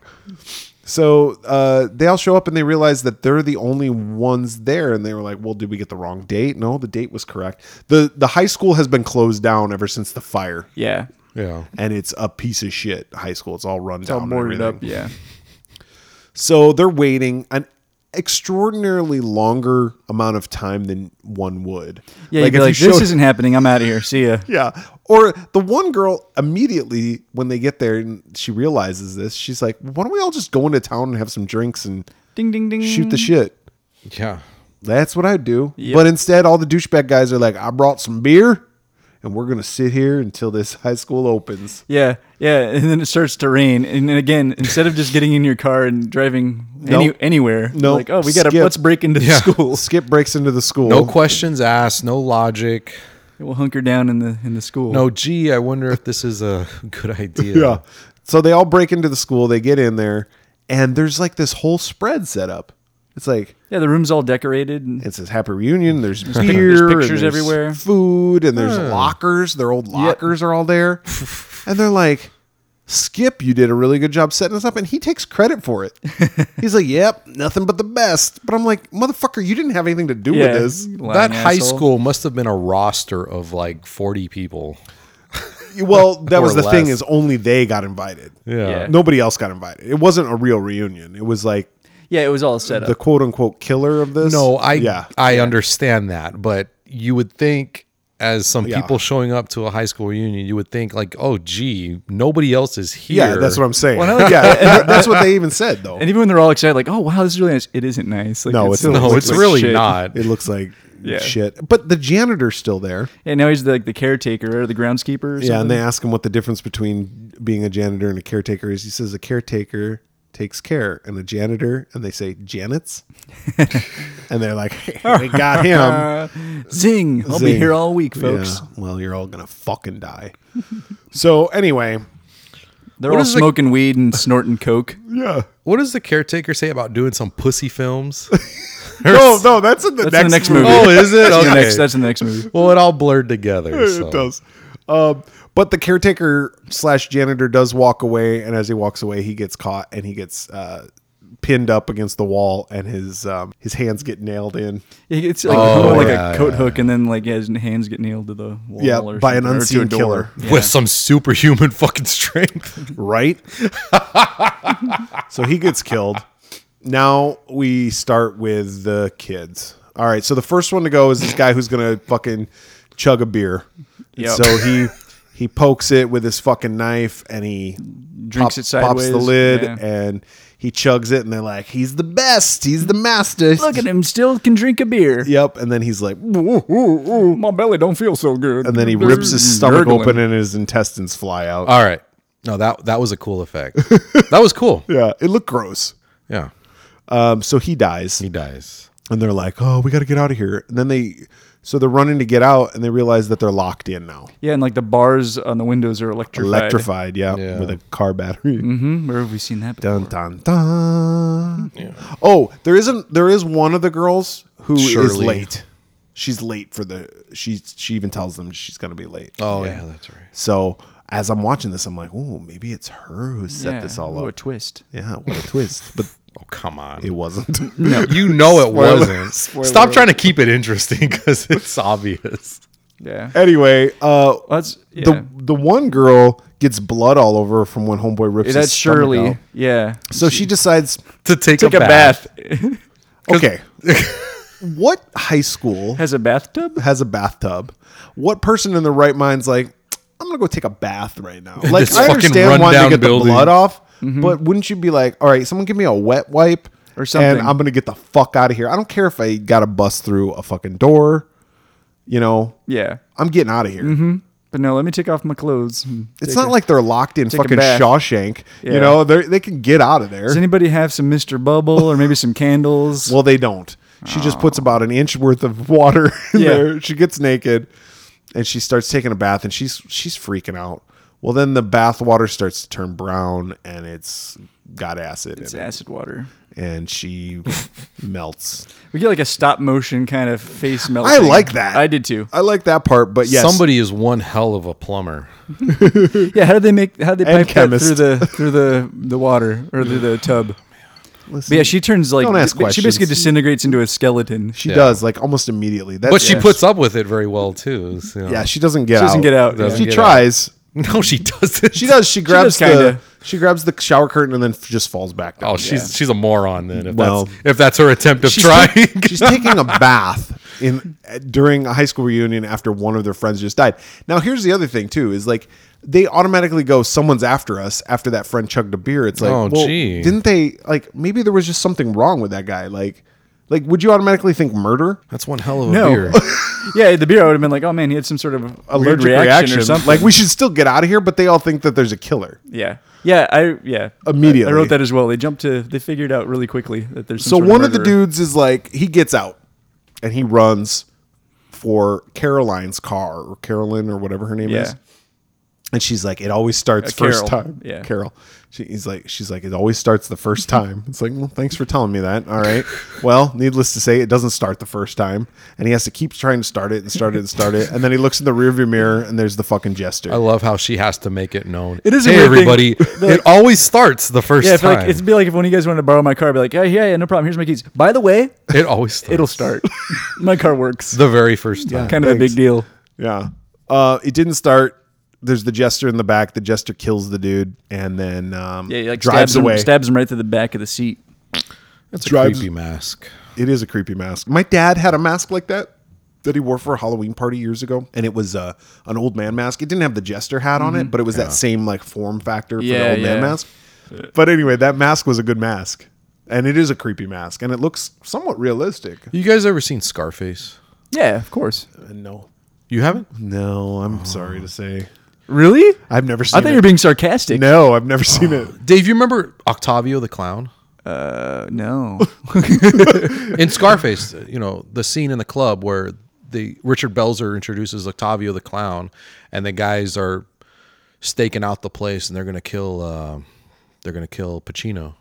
A: So uh, they all show up and they realize that they're the only ones there, and they were like, "Well, did we get the wrong date? No, the date was correct. the The high school has been closed down ever since the fire,
B: Yeah.
C: yeah.
A: and it's a piece of shit high school. It's all run
B: All
A: down, and
B: boarded
A: everything.
B: up. Yeah.
A: So they're waiting an extraordinarily longer amount of time than one would.
B: Yeah. Like,
A: if
B: like
A: you
B: this
A: showed-
B: isn't happening. I'm out of here. See ya.
A: yeah. Or the one girl immediately when they get there and she realizes this, she's like, "Why don't we all just go into town and have some drinks and
B: Ding ding ding.
A: shoot the shit?"
C: Yeah.
A: That's what I do.
B: Mm. Yep.
A: But instead, all the douchebag guys are like, "I brought some beer, and we're gonna sit here until this high school opens."
B: Yeah, yeah, and then it starts to rain, and then again, instead of just getting in your car and driving any,
A: Nope.
B: anywhere,
A: Nope.
B: like oh, we gotta
A: Skip.
B: let's break into
C: Yeah.
B: the school.
A: Skip breaks into the school.
C: No questions asked. No logic.
B: We'll hunker down in the in the school.
C: No. Gee, I wonder if this is a good idea.
A: Yeah. So they all break into the school, they get in there, and there's like this whole spread set up. It's like
B: yeah, the room's all decorated. And,
A: it says happy reunion, there's beer,
B: pic- there's
A: and
B: pictures
A: there's
B: everywhere.
A: food, and there's lockers. Their old lockers are all there. and they're like, Skip, you did a really good job setting us up, and he takes credit for it. He's like, Yep, nothing but the best. But I'm like, motherfucker, you didn't have anything to do
B: yeah,
A: with this.
B: lying
C: That high
B: asshole.
C: school must have been a roster of like 40 people.
A: Well, that was
C: Or
A: the thing,
C: less.
A: is only they got invited.
B: Yeah.
A: Nobody else got invited. It wasn't a real reunion. It was like
B: Yeah, it was all set up.
A: the quote unquote killer of this.
C: No, I
A: yeah.
C: I understand that, but you would think as some
A: Yeah.
C: people showing up to a high school reunion, you would think like, "Oh gee, nobody else is here."
A: Yeah, that's what I'm saying.
B: Well, I like-
A: yeah, that- that's what they even said though.
B: and even when they're all excited, like oh wow, this is really nice. It isn't nice. Like,
A: No, it's not.
B: it
C: No,
B: looks
C: it's
B: like
C: really
B: shit.
C: not.
A: It looks like
B: Yeah.
A: shit. But the janitor's still there.
B: And now he's the, like the caretaker or the groundskeeper. Or
A: Yeah, and
B: something.
A: they ask him what the difference between being a janitor and a caretaker is. He says a caretaker takes care, and a janitor, and they say janets, and they're like, "We got him."
B: zing. I'll be
A: Zing.
B: here all week, folks.
A: Yeah, well, you're all gonna fucking die. so anyway,
B: They're
C: What
B: all
C: is the-
B: smoking weed and snorting coke.
A: yeah.
C: What does the caretaker say about doing some pussy films?
A: No, no, that's in the,
B: That's
A: next,
B: in the next movie.
C: oh, is it?
B: That's in the
C: Okay.
B: next, that's in the next movie.
C: well, it all blurred together.
A: It
C: so.
A: does. Um, but the caretaker slash janitor does walk away, and as he walks away, he gets caught and he gets uh, pinned up against the wall and his um, his hands get nailed in.
B: It's like,
C: Oh,
B: like
C: yeah,
B: a coat
C: yeah,
B: hook, and then like yeah, his hands get nailed to the wall.
A: Yeah,
B: or
A: by an
B: something, or to a
A: unseen
B: door.
A: killer.
B: Yeah.
C: with some superhuman fucking strength.
A: right? so he gets killed. Now we start with the kids. All right, so the first one to go is this guy who's gonna fucking chug a beer. And
B: Yep.
A: So he he pokes it with his fucking knife and he
B: Drinks it
A: pops the
B: sideways,
A: lid
B: yeah.
A: and he chugs it and they're like, he's the best, he's the master.
B: Look at him, still can drink a beer.
A: Yep, and then he's like,
B: My belly don't feel so good.
A: and then he rips his stomach
B: Gurgling. Uh,
A: open and his intestines fly out.
C: All right. No, that that was a cool effect. that was cool.
A: yeah, it looked gross.
C: Yeah.
A: Um, so he dies.
C: He dies.
A: and they're like, "Oh, we got to get out of here." And then they, so they're running to get out, and they realize that they're locked in now,
B: Yeah, and like the bars on the windows are electrified.
A: electrified, yeah,
C: Yeah.
A: with a car battery.
B: Hmm, where have we seen that? Before?
A: Dun dun dun. Oh, there isn't. There is one of the girls who is
C: Shirley.
A: late. She's late for the. She she even tells them she's gonna be late.
C: Oh yeah, that's right.
A: So as I'm watching this, I'm like, "Ooh, maybe it's her who set
B: Yeah,
A: this all
B: ooh,
A: up."
B: a twist.
A: yeah, what a twist! But
C: Oh come on.
A: it wasn't.
C: You know
A: Spoiler-
C: it wasn't.
A: spoiler
C: Stop
A: alert.
C: trying to keep it interesting because it's obvious.
B: Yeah.
A: anyway, uh,
B: Well, that's yeah.
A: the the one girl gets blood all over her from when homeboy rips.
B: Yeah,
A: his
B: that's
A: stomach
B: Shirley.
A: out.
B: Yeah.
A: So she decides,
C: To take,
B: Take
C: a, bath.
A: okay, what high school
B: Has a bathtub?
A: has a bathtub? What person in their right mind's like, I'm gonna go take a bath right now? Like,
C: This
A: I
C: fucking
A: understand wanting to
C: rundown
A: get
C: building.
A: the blood off, but wouldn't you be like, all right, someone give me a wet wipe
B: Mm-hmm. Or something.
A: and I'm gonna get the fuck out of here. I don't care if I gotta bust through a fucking door. You know,
B: Yeah.
A: I'm getting out of here.
B: But no, let me take off my clothes. and
A: It's
B: take
A: not
B: a-
A: like they're locked in
B: a
A: fucking
B: bath.
A: Shawshank. You
B: Yeah.
A: know, they they can get out of there.
B: Does anybody have some Mr. Bubble or maybe some candles?
A: Well, they don't. She just puts about an inch worth of water in
B: Yeah.
A: there. She gets naked and she starts taking a bath and she's she's freaking out. Well, then the bath water starts to turn brown and it's got acid
B: it's
A: in it.
B: acid water.
A: And she melts.
B: We get like a stop motion kind of face melting.
A: I like that.
B: I did too.
A: I like that part, but yes.
C: Somebody is one hell of a plumber.
B: Yeah, how did they make how did they
A: And
B: pipe that
A: chemist.
B: through the through the the water or through the tub? But
A: listen,
B: yeah, she turns like
A: Don't ask
B: b- she basically
A: questions.
B: disintegrates into a skeleton. She
A: she does like almost immediately. That's,
C: But she
A: yeah.
C: puts up with it very well too. so-
A: Yeah, she doesn't get out.
B: doesn't get out.
C: Doesn't
A: She
C: get out.
A: tries.
C: No, she doesn't.
A: She does. She grabs
B: does
A: the
B: kinda.
A: she grabs the shower curtain and then f- just falls back down.
C: Oh, she's she's a moron then. If
A: Well-
C: that's if that's her attempt of
A: She's
C: trying,
A: ta- she's taking a bath in during a high school reunion after one of their friends just died. Now, here's the other thing too: is like they automatically go, "Someone's after us." After that friend chugged a beer, it's like,
C: Oh,
A: well,
C: gee.
A: didn't they? Like, maybe there was just something wrong with that guy. Like, like would you automatically think murder?
C: that's one hell of a
B: No.
C: beer.
B: yeah, the beer would have been like, oh man, he had some sort of allergic reaction, or something.
A: Like, we should still get out of here, but they all think that there's a killer.
B: yeah, yeah, I yeah
A: Immediately.
B: I, I wrote that as well. They jumped to they figured out really quickly that there's some
A: So
B: sort
A: one of the
B: murderer.
A: dudes is like, he gets out and he runs for Caroline's car or Carolyn or whatever her name is.
B: yeah.
A: And she's like, it always starts
B: Uh, Carol.
A: first time.
B: Yeah.
A: Carol. She, he's like, she's like, it always starts the first time. It's like, well, thanks for telling me that. All right. Well, needless to say, it doesn't start the first time, and he has to keep trying to start it and start it and start it, and then he looks in the rearview mirror, and there's the fucking jester.
C: I love how she has to make it known. It
B: is a
C: Hey,
B: weird thing.
C: everybody! it always starts the first
B: Yeah, I feel
C: time.
B: like it'd be like if one of you guys wanted to borrow my car, I'd be like, yeah, yeah, yeah, no problem. Here's my keys. By the way,
C: it always starts.
B: it'll start. my car works.
C: the very first time.
B: kind of a
A: thanks.
B: big deal.
A: yeah. Uh, it didn't start. There's the jester in the back. The jester kills the dude, and then um,
B: Yeah, he, like
A: drives
B: stabs him,
A: away.
B: stabs him right through the back of the seat.
C: That's
A: Drives-
C: a creepy mask.
A: It is a creepy mask. My dad had a mask like that that he wore for a Halloween party years ago, and it was uh, an old man mask. It didn't have the jester hat on it, but it was that same like form factor for the
B: Yeah,
A: old man
B: yeah.
A: mask. But anyway, that mask was a good mask, and it is a creepy mask, and it looks somewhat realistic.
C: You guys ever seen Scarface?
B: Yeah, of course.
A: No, Oh.
C: You haven't?
A: no, I'm sorry to say,
B: Really?
A: I've never seen.
B: I thought
A: it.
B: you were being sarcastic.
A: No, I've never seen it.
C: Dave, you remember Octavio the clown?
B: Uh, no.
C: in Scarface, you know, the scene in the club where the Richard Belzer introduces Octavio the clown, and the guys are staking out the place, and they're gonna kill, uh, they're gonna kill Pacino.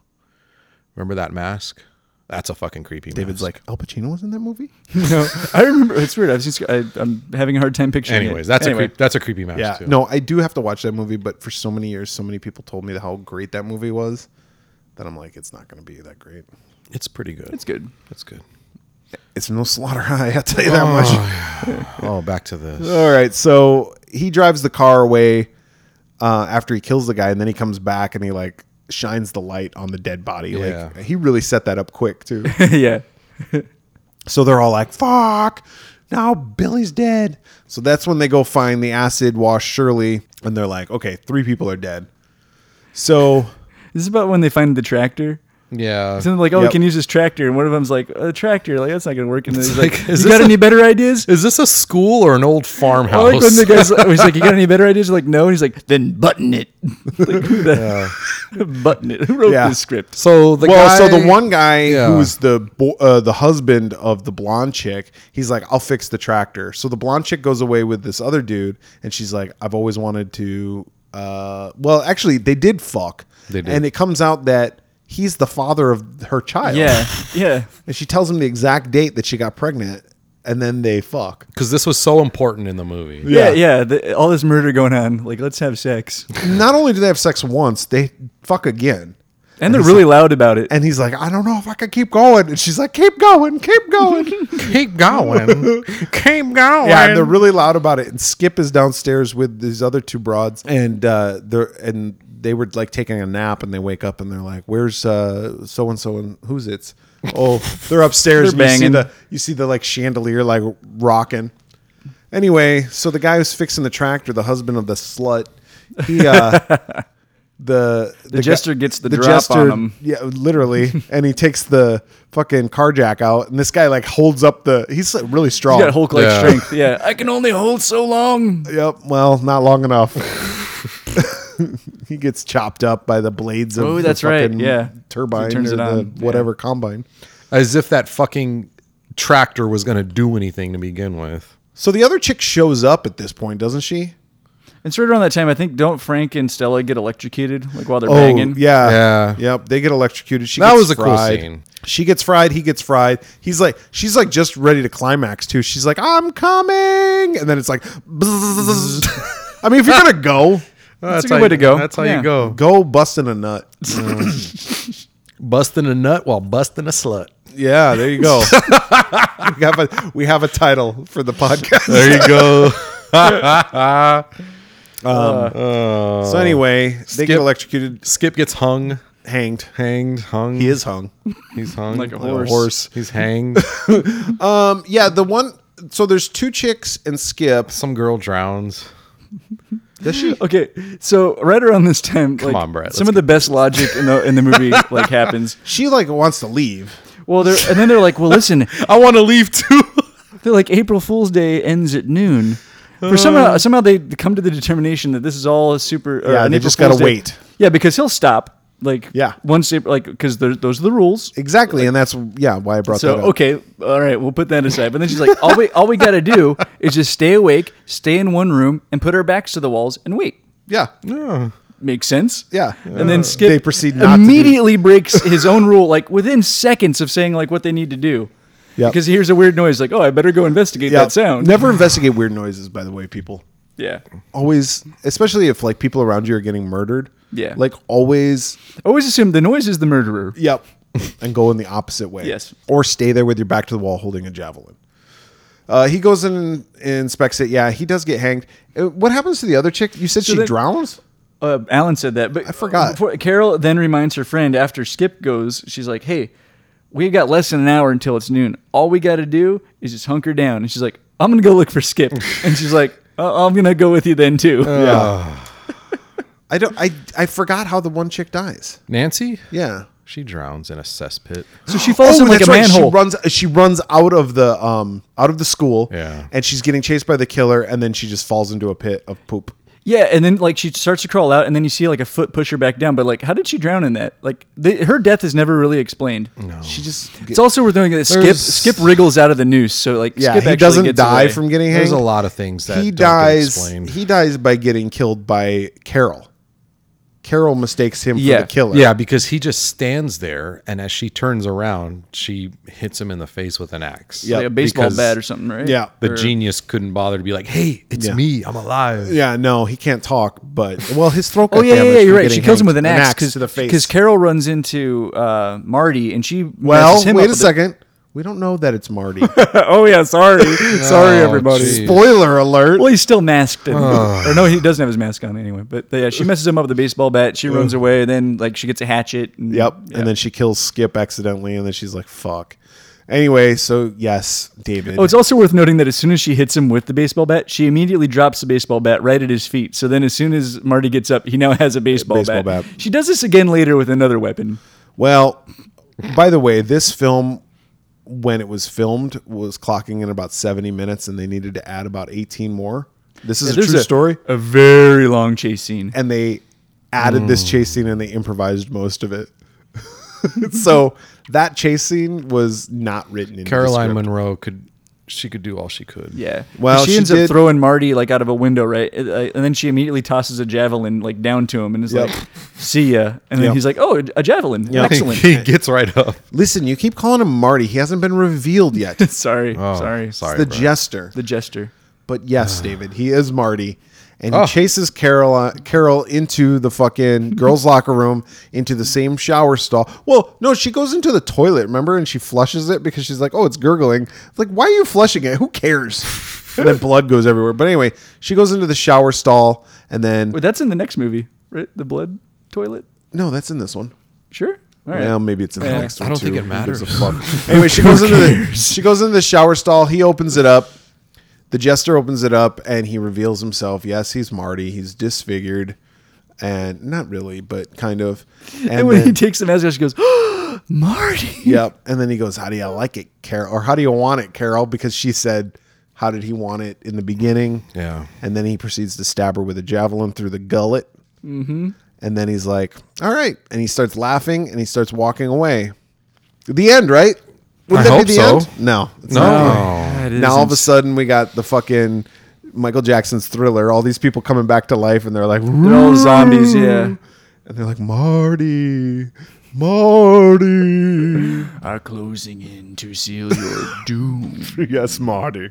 C: Remember that mask? That's a fucking creepy.
A: David's
C: mask.
A: like Al Pacino was in that movie.
B: no. I remember. It's weird. I've seen, I, I'm having a hard time picturing
C: anyways,
B: it.
C: that's
B: Anyway.
C: a creep, that's a creepy mask.
A: Yeah,
C: too.
A: no, I do have to watch that movie, but for so many years, so many people told me how great that movie was then I'm like, it's not going to be that great.
C: It's pretty good.
B: It's good.
C: That's good.
A: It's no slaughter high, I'll tell you that much.
C: Oh, back to this.
A: All right, so he drives the car away uh, after he kills the guy, and then he comes back and he like shines the light on the dead body. Like
C: Yeah.
A: he really set that up quick too.
B: yeah.
A: so they're all like, "Fuck!" Now Billy's dead. So that's when they go find the acid wash Shirley, and they're like, "Okay, three people are dead." So
B: This is about when they find the tractor.
C: Yeah.
B: So they're like, oh,
A: Yep.
B: we can use this tractor. And one of them's like, a tractor. Like, that's not going to work. And then he's like,
C: like, is
B: you
C: this
B: got
C: a-
B: any better ideas?
C: Is this a school or an old
B: I
C: farmhouse?
B: like when the guy's he's like, you got any better ideas? They're like, no. And he's like, then button it. like, who the- button it. Who wrote
A: Yeah.
B: this script?
C: so the
A: well,
C: guy,
A: so the one guy
C: Yeah.
A: who was the bo- uh, the husband of the blonde chick, he's like, "I'll fix the tractor." So the blonde chick goes away with this other dude, and she's like, "I've always wanted to." Uh, well, actually, they did fuck,
C: They did.
A: and it comes out that he's the father of her child.
B: Yeah. Yeah.
A: and she tells him the exact date that she got pregnant, and then they fuck.
C: because this was so important in the movie.
B: Yeah. Yeah. The, all this murder going on. Like, let's have sex.
A: Not only do they have sex once, they fuck again.
B: And they're really loud about it.
A: And he's like, I don't know if I could keep going. And she's like, keep going, keep going.
C: Keep going, keep going.
A: Yeah, and they're really loud about it. And Skip is downstairs with these other two broads, and uh, they're and they were like taking a nap, and they wake up and they're like, "Where's so and so and who's it's?" Oh, they're upstairs.
B: They're
A: and you see
B: banging.
A: the you see the like chandelier like rocking. Anyway, so the guy who's fixing the tractor, the husband of the slut, he uh, the the, guy-
B: jester gets the drop on him.
A: yeah, literally, and he takes the fucking carjack out, and this guy like holds up the he's like, really strong.
B: He's got Hulk like
C: Yeah.
B: strength. Yeah. I can only hold so long.
A: Yep. Well, not long enough. he gets chopped up by the blades of
B: Oh,
A: the
B: that's right,
A: fucking
B: yeah.
A: turbine
B: He turns
A: or
B: it
A: the
B: on, yeah.
A: whatever combine.
C: as if that fucking tractor was going to do anything to begin with.
A: So the other chick shows up at this point, doesn't she?
B: It's right around that time. I think, don't Frank and Stella get electrocuted? Like, while they're
A: Oh,
B: banging?
A: yeah,
C: Yeah.
A: yep. They get electrocuted. She
C: That
A: gets
C: was a cool
A: fried.
C: scene.
A: She gets fried. He gets fried. He's like, she's like just ready to climax too. She's like, I'm coming, and then it's like, bzzz. I mean, if you're gonna go,
B: That's a good way to go.
C: That's how
B: Yeah.
C: you go.
A: go busting a nut.
C: Busting a nut while busting a slut.
A: Yeah, there you go. we have a we have a title for the podcast.
C: There you go.
B: Uh,
A: So anyway, they get
C: Skip-
A: electrocuted,
C: Skip gets hung,
A: hanged.
C: hanged, hung.
A: He is hung.
C: He's hung
B: Like a horse.
C: He's hanged.
A: Um, yeah, the one. So there's two chicks and Skip.
C: Some girl drowns.
A: Does she?
B: Okay, so right around this time, like,
C: on, Brett,
B: some
C: let's
B: of the best logic in the in the movie like happens.
A: She like wants to leave.
B: Well, they're and then they're like, well, listen,
C: I want to leave too.
B: they're like April Fool's Day ends at noon. For somehow somehow they come to the determination that this is all a super. or
A: Uh. Yeah,
B: an
A: they
B: April
A: just gotta
B: Fool's Day.
A: wait.
B: Yeah, because he'll stop. Like
A: Yeah.
B: once April, like because those are the rules.
A: Exactly, and that's yeah why I brought
B: So
A: that up.
B: okay, all right, we'll put that aside. But then she's like, all we all we gotta do is just stay awake, stay in one room, and put our backs to the walls and wait.
A: Yeah,
B: makes sense.
A: Yeah.
B: And then Skip
A: They proceed not to do-
B: immediately breaks his own rule, like within seconds of saying like what they need to do.
A: Yep.
B: Because he hears a weird noise, like, oh, I better go investigate
A: yeah.
B: that sound.
A: Never investigate weird noises, by the way, people.
B: Yeah.
A: Always, especially if like people around you are getting murdered.
B: Yeah.
A: Like always.
B: Always assume the noise is the murderer.
A: Yep. and go in the opposite way.
B: Yes.
A: Or stay there with your back to the wall holding a javelin. Uh, he goes in and inspects it. Yeah, he does get hanged. Uh, What happens to the other chick? You said she
B: then-
A: drowns.
B: Uh, Alan said that, but I
A: forgot.
B: Carol then reminds her friend after Skip goes, she's like, hey, we've got less than an hour until it's noon. All we got to do is just hunker down. And she's like, I'm going to go look for Skip. and she's like, "Uh, I'm going to go with you then too.
A: Yeah. I don't. I I forgot how the one chick dies.
C: Nancy?
A: Yeah.
C: She drowns in a cesspit.
B: so she falls in Oh, like a
A: that's right,
B: manhole.
A: She runs. She runs out of the um out of the school.
C: Yeah.
A: And she's getting chased by the killer, and then she just falls into a pit of poop.
B: Yeah, and then like she starts to crawl out, and then you see like a foot push her back down. But like, how did she drown in that? Like, the, her death is never really explained.
A: She just.
B: It's also worth noting that Skip
C: There's-
B: Skip wriggles out of the noose, so like
A: yeah.
B: Skip
A: he
B: actually
A: doesn't
B: gets
A: die
B: away.
A: from getting hanged.
C: There's a lot of things that
A: he
C: don't get
A: dies.
C: explained.
A: He dies by getting killed by Carol. Carol mistakes him
B: Yeah.
A: for the killer.
C: Yeah, because he just stands there, and as she turns around, she hits him in the face with an axe.
A: Yeah,
B: like a baseball
C: because
B: bat or something, right?
A: Yeah.
C: The
B: Or-
C: genius couldn't bother to be like, "Hey, it's
A: Yeah.
C: me. I'm alive."
A: Yeah, no, he can't talk, but well, his throat.
B: Oh
A: got
B: yeah, yeah,
A: damaged
B: yeah,
A: from
B: you're right. She
A: getting
B: kills him
A: hanged.
B: with an axe
A: to the face.
B: because Carol runs into uh, Marty and she
A: well,
B: messes him
A: wait
B: up
A: a
B: with
A: second. We don't know that it's Marty.
B: oh yeah, sorry, sorry
C: Oh,
B: everybody.
C: geez.
A: Spoiler alert.
B: Well, he's still masked, and, or no, he doesn't have his mask on anyway. But yeah, she messes him up with a baseball bat. She runs away. Then like she gets a hatchet. And,
A: Yep. And then she kills Skip accidentally, and then she's like, "Fuck." Anyway, so yes, David.
B: Oh, it's also worth noting that as soon as she hits him with the baseball bat, she immediately drops the baseball bat right at his feet. So then, as soon as Marty gets up, he now has a baseball,
A: Baseball
B: bat.
A: bat.
B: She does this again later with another weapon.
A: well, by the way, this film, when it was filmed, was clocking in about seventy minutes, and they needed to add about eighteen more. This is a
B: There's
A: true story,
B: A very long chase scene.
A: and they added this chase scene, and they improvised most of it. so that chase scene was not written in
C: Caroline Monroe could she could do all she could.
B: Yeah.
A: Well,
B: she,
A: she
B: ends
A: did-
B: up throwing Marty like out of a window, right? Uh, And then she immediately tosses a javelin like down to him and is
A: Yep.
B: like, "See ya." And then
A: Yep.
B: he's like, "Oh, a- a javelin. Excellent."
C: he gets right up.
A: Listen, you keep calling him Marty. He hasn't been revealed yet. It's
B: sorry,
C: Oh,
B: sorry,
C: sorry,
A: the
C: bro.
A: jester.
B: The jester.
A: But yes, David, he is Marty. And
C: Oh.
A: he chases Carol, Carol into the fucking girls' locker room, into the same shower stall. Well, no, she goes into the toilet, remember? And she flushes it because she's like, oh, it's gurgling. It's like, why are you flushing it? Who cares? and then blood goes everywhere. But anyway, she goes into the shower stall and then.
B: Wait, that's in the next movie, right? The blood toilet.
A: No, that's in this one.
B: Sure. All right.
A: Well, maybe it's in the
B: Yeah.
A: next
C: I
A: one.
C: don't think
A: too.
C: it
A: Who gives a
C: matters.
A: fuck? anyway, she goes into the she goes into the shower stall. He opens it up. The jester opens it up and he reveals himself. Yes, he's Marty. He's disfigured, and not really, but kind of. And,
B: and when
A: then,
B: he takes the mask off, she goes, "Marty."
A: yep. And then he goes, "How do you like it, Carol? Or how do you want it, Carol?" Because she said, "How did he want it in the beginning?"
C: Yeah.
A: And then he proceeds to stab her with a javelin through the gullet. Mm-hmm. And then he's like, "All right," and he starts laughing and he starts walking away. The end, right?
C: I hope so.
A: end? No, it's
C: No.
A: not the end.
C: Oh.
B: That
A: Now all of a
B: isn't-
A: sudden we got the fucking Michael Jackson's Thriller. All these people coming back to life, and they're like,
B: they're all zombies.
A: "Roo,"
B: Yeah.
A: and they're like, "Marty, Marty,
B: Are closing in to seal your doom.
A: yes, Marty,"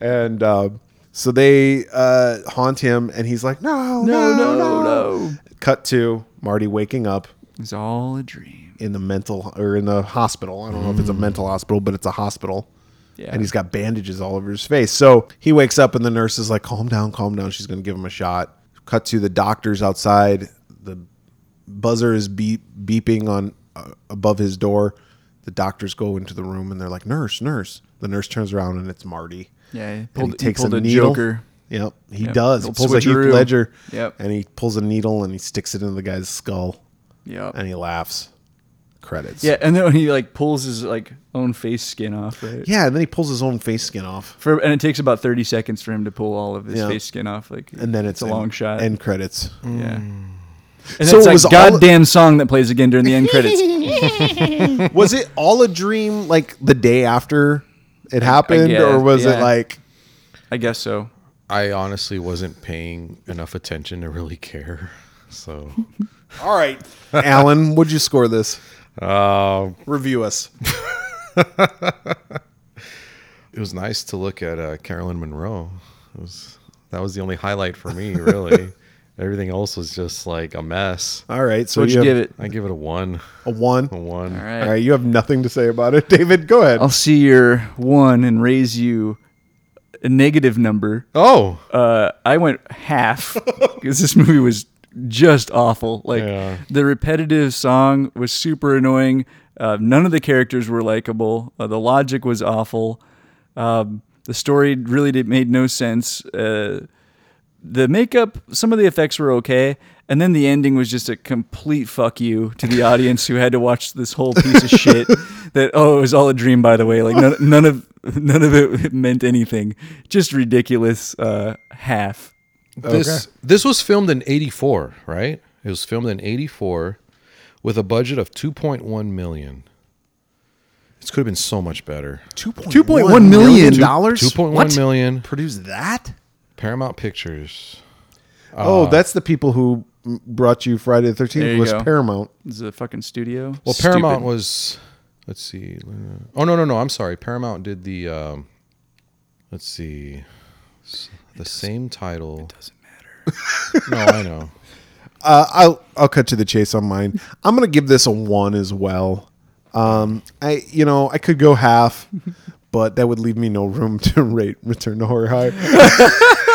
A: and uh, so they uh, haunt him, and he's like, "No,
B: No, no,
A: no,
B: no.
A: Cut to Marty waking up
B: It's all a dream.
A: in the mental or in the hospital. I don't know if it's a mental hospital, but it's a hospital.
B: Mm. Yeah.
A: And he's got bandages all over his face. So he wakes up and the nurse is like, calm down, calm down. She's going to give him a shot. Cut to the doctors outside. The buzzer is beep, beeping on uh, above his door. The doctors go into the room and they're like, nurse, nurse. The nurse turns around and it's Marty.
B: Yeah, he
A: And
B: pulled- he
A: he takes
B: pulled
A: a,
B: a
A: needle.
B: Joker.
A: Yep, he
B: Yep.
A: does. He
B: Little
A: pulls a Heath
B: switcheroo.
A: Ledger.
B: Yep.
A: And he pulls a needle and he sticks it into the guy's skull
B: Yeah.
A: and he laughs. Credits.
B: Yeah, and then when he like pulls his like own face skin off, right?
A: Yeah, and then he pulls his own face skin off.
B: For and it takes about thirty seconds for him to pull all of his
A: Yeah.
B: face skin off. Like,
A: And then it's,
B: a
A: end-
B: long shot.
A: End credits.
B: yeah. And
A: So
B: it's
A: it
B: that
A: was all-
B: goddamn song that plays again during the end credits.
A: was it all a dream like the day after it happened?
B: guess,
A: or was
B: yeah.
A: it like
B: I guess so.
C: I honestly wasn't paying enough attention to really care. So,
A: all right. Alan, would you score this?
C: uh,
A: Review us.
C: it was nice to look at uh, Carolyn Monroe. It was that was the only highlight for me, really. Everything else was just like a mess.
A: All right. So
B: What'd you
A: have
B: give it?
C: I give it a one.
A: a one.
C: A one.
B: All
A: All
B: right.
A: right, you have nothing to say about it. David, go ahead.
B: I'll see your one and raise you a negative number.
C: Oh,
B: Uh, I went half because this movie was just awful. Like
C: Yeah.
B: the repetitive song was super annoying. Uh, none of the characters were likable. Uh, the logic was awful. Um, the story really did, made no sense. Uh, the makeup, some of the effects were okay, and then the ending was just a complete fuck you to the audience who had to watch this whole piece of shit. That oh, it was all a dream, by the way. Like none, none of none of it meant anything. Just ridiculous. Uh, half.
C: this this was filmed in 84 right it was filmed in 84 with a budget of 2.1 million this could have been so much better
A: Two point
B: $2.1 million
A: dollars.
C: 2.1 million
A: Produce that?
C: paramount pictures
A: Ah. oh, that's the people who brought you Friday the
B: There
A: 13th
B: you
A: was
B: go.
A: Paramount.
B: This is a fucking studio.
C: Well,
B: Stupid.
C: Paramount was. Let's see. Oh no no no! I'm sorry. Paramount did the. Um, let's see. s- The same title.
B: doesn't matter.
C: No, I know.
A: Uh, I'll I'll cut to the chase on mine. I'm gonna give this a one as well. Um, I you know I could go half, but that would leave me no room to rate Return to Horror High.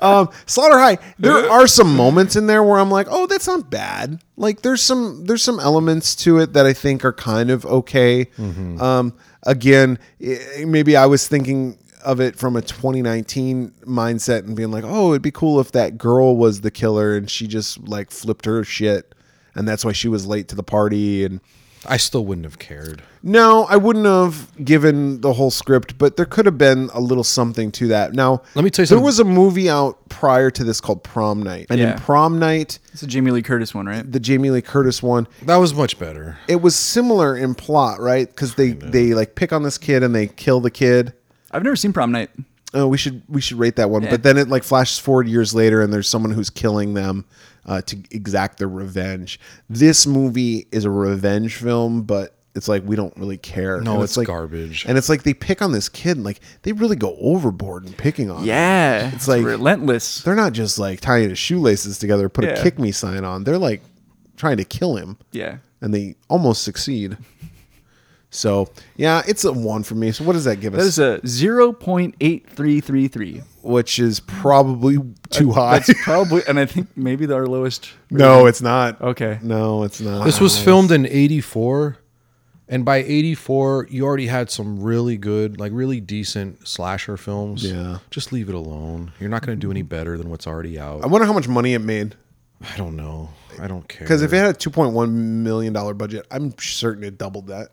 A: um, Slaughter High. There are some moments in there where I'm like, oh, that's not bad. Like there's some there's some elements to it that I think are kind of okay. Um, again, i maybe I was thinking of it from a 2019 mindset and being like, oh, it'd be cool if that girl was the killer and she just like flipped her shit, and that's why she was late to the party and.
C: I still wouldn't have cared.
A: No, I wouldn't have given the whole script, but there could have been a little something to that. Now,
C: Let me tell
A: there
C: you something.
A: was a movie out prior to this called Prom Night, and
B: Yeah.
A: in Prom Night,
B: It's a Jamie Lee Curtis one, right?
A: the Jamie Lee Curtis one,
C: That was much better.
A: it was similar in plot, right? Because they they like pick on this kid and they kill the kid.
B: I've never seen Prom Night.
A: Oh, we should we should rate that one. But then it like flashes forward years later, and there's someone who's killing them uh, to exact their revenge. This movie is a revenge film, but it's like we don't really care.
C: No,
A: And
C: it's
A: like,
C: garbage.
A: And it's like they pick on this kid, and like they really go overboard in picking on. him.
B: Yeah,
A: it's like
B: relentless.
A: they're not just like tying his shoelaces together, put
B: Yeah.
A: a kick me sign on. They're like trying to kill him,
B: Yeah,
A: and they almost succeed. So yeah, it's a one for me. So what does that give us?
B: that is a zero point eight three three three.
A: Which is probably too high.
B: That's probably, and I think maybe our lowest.
A: No, it's not.
B: Okay.
A: No, it's not.
C: This was filmed in 84. And by 84, you already had some really good, like really decent slasher films.
A: Yeah.
C: Just leave it alone. You're not going to do any better than what's already out.
A: I wonder how much money it made.
C: I don't know. I don't care.
A: Because if it had a two point one million dollar budget, I'm certain it doubled that,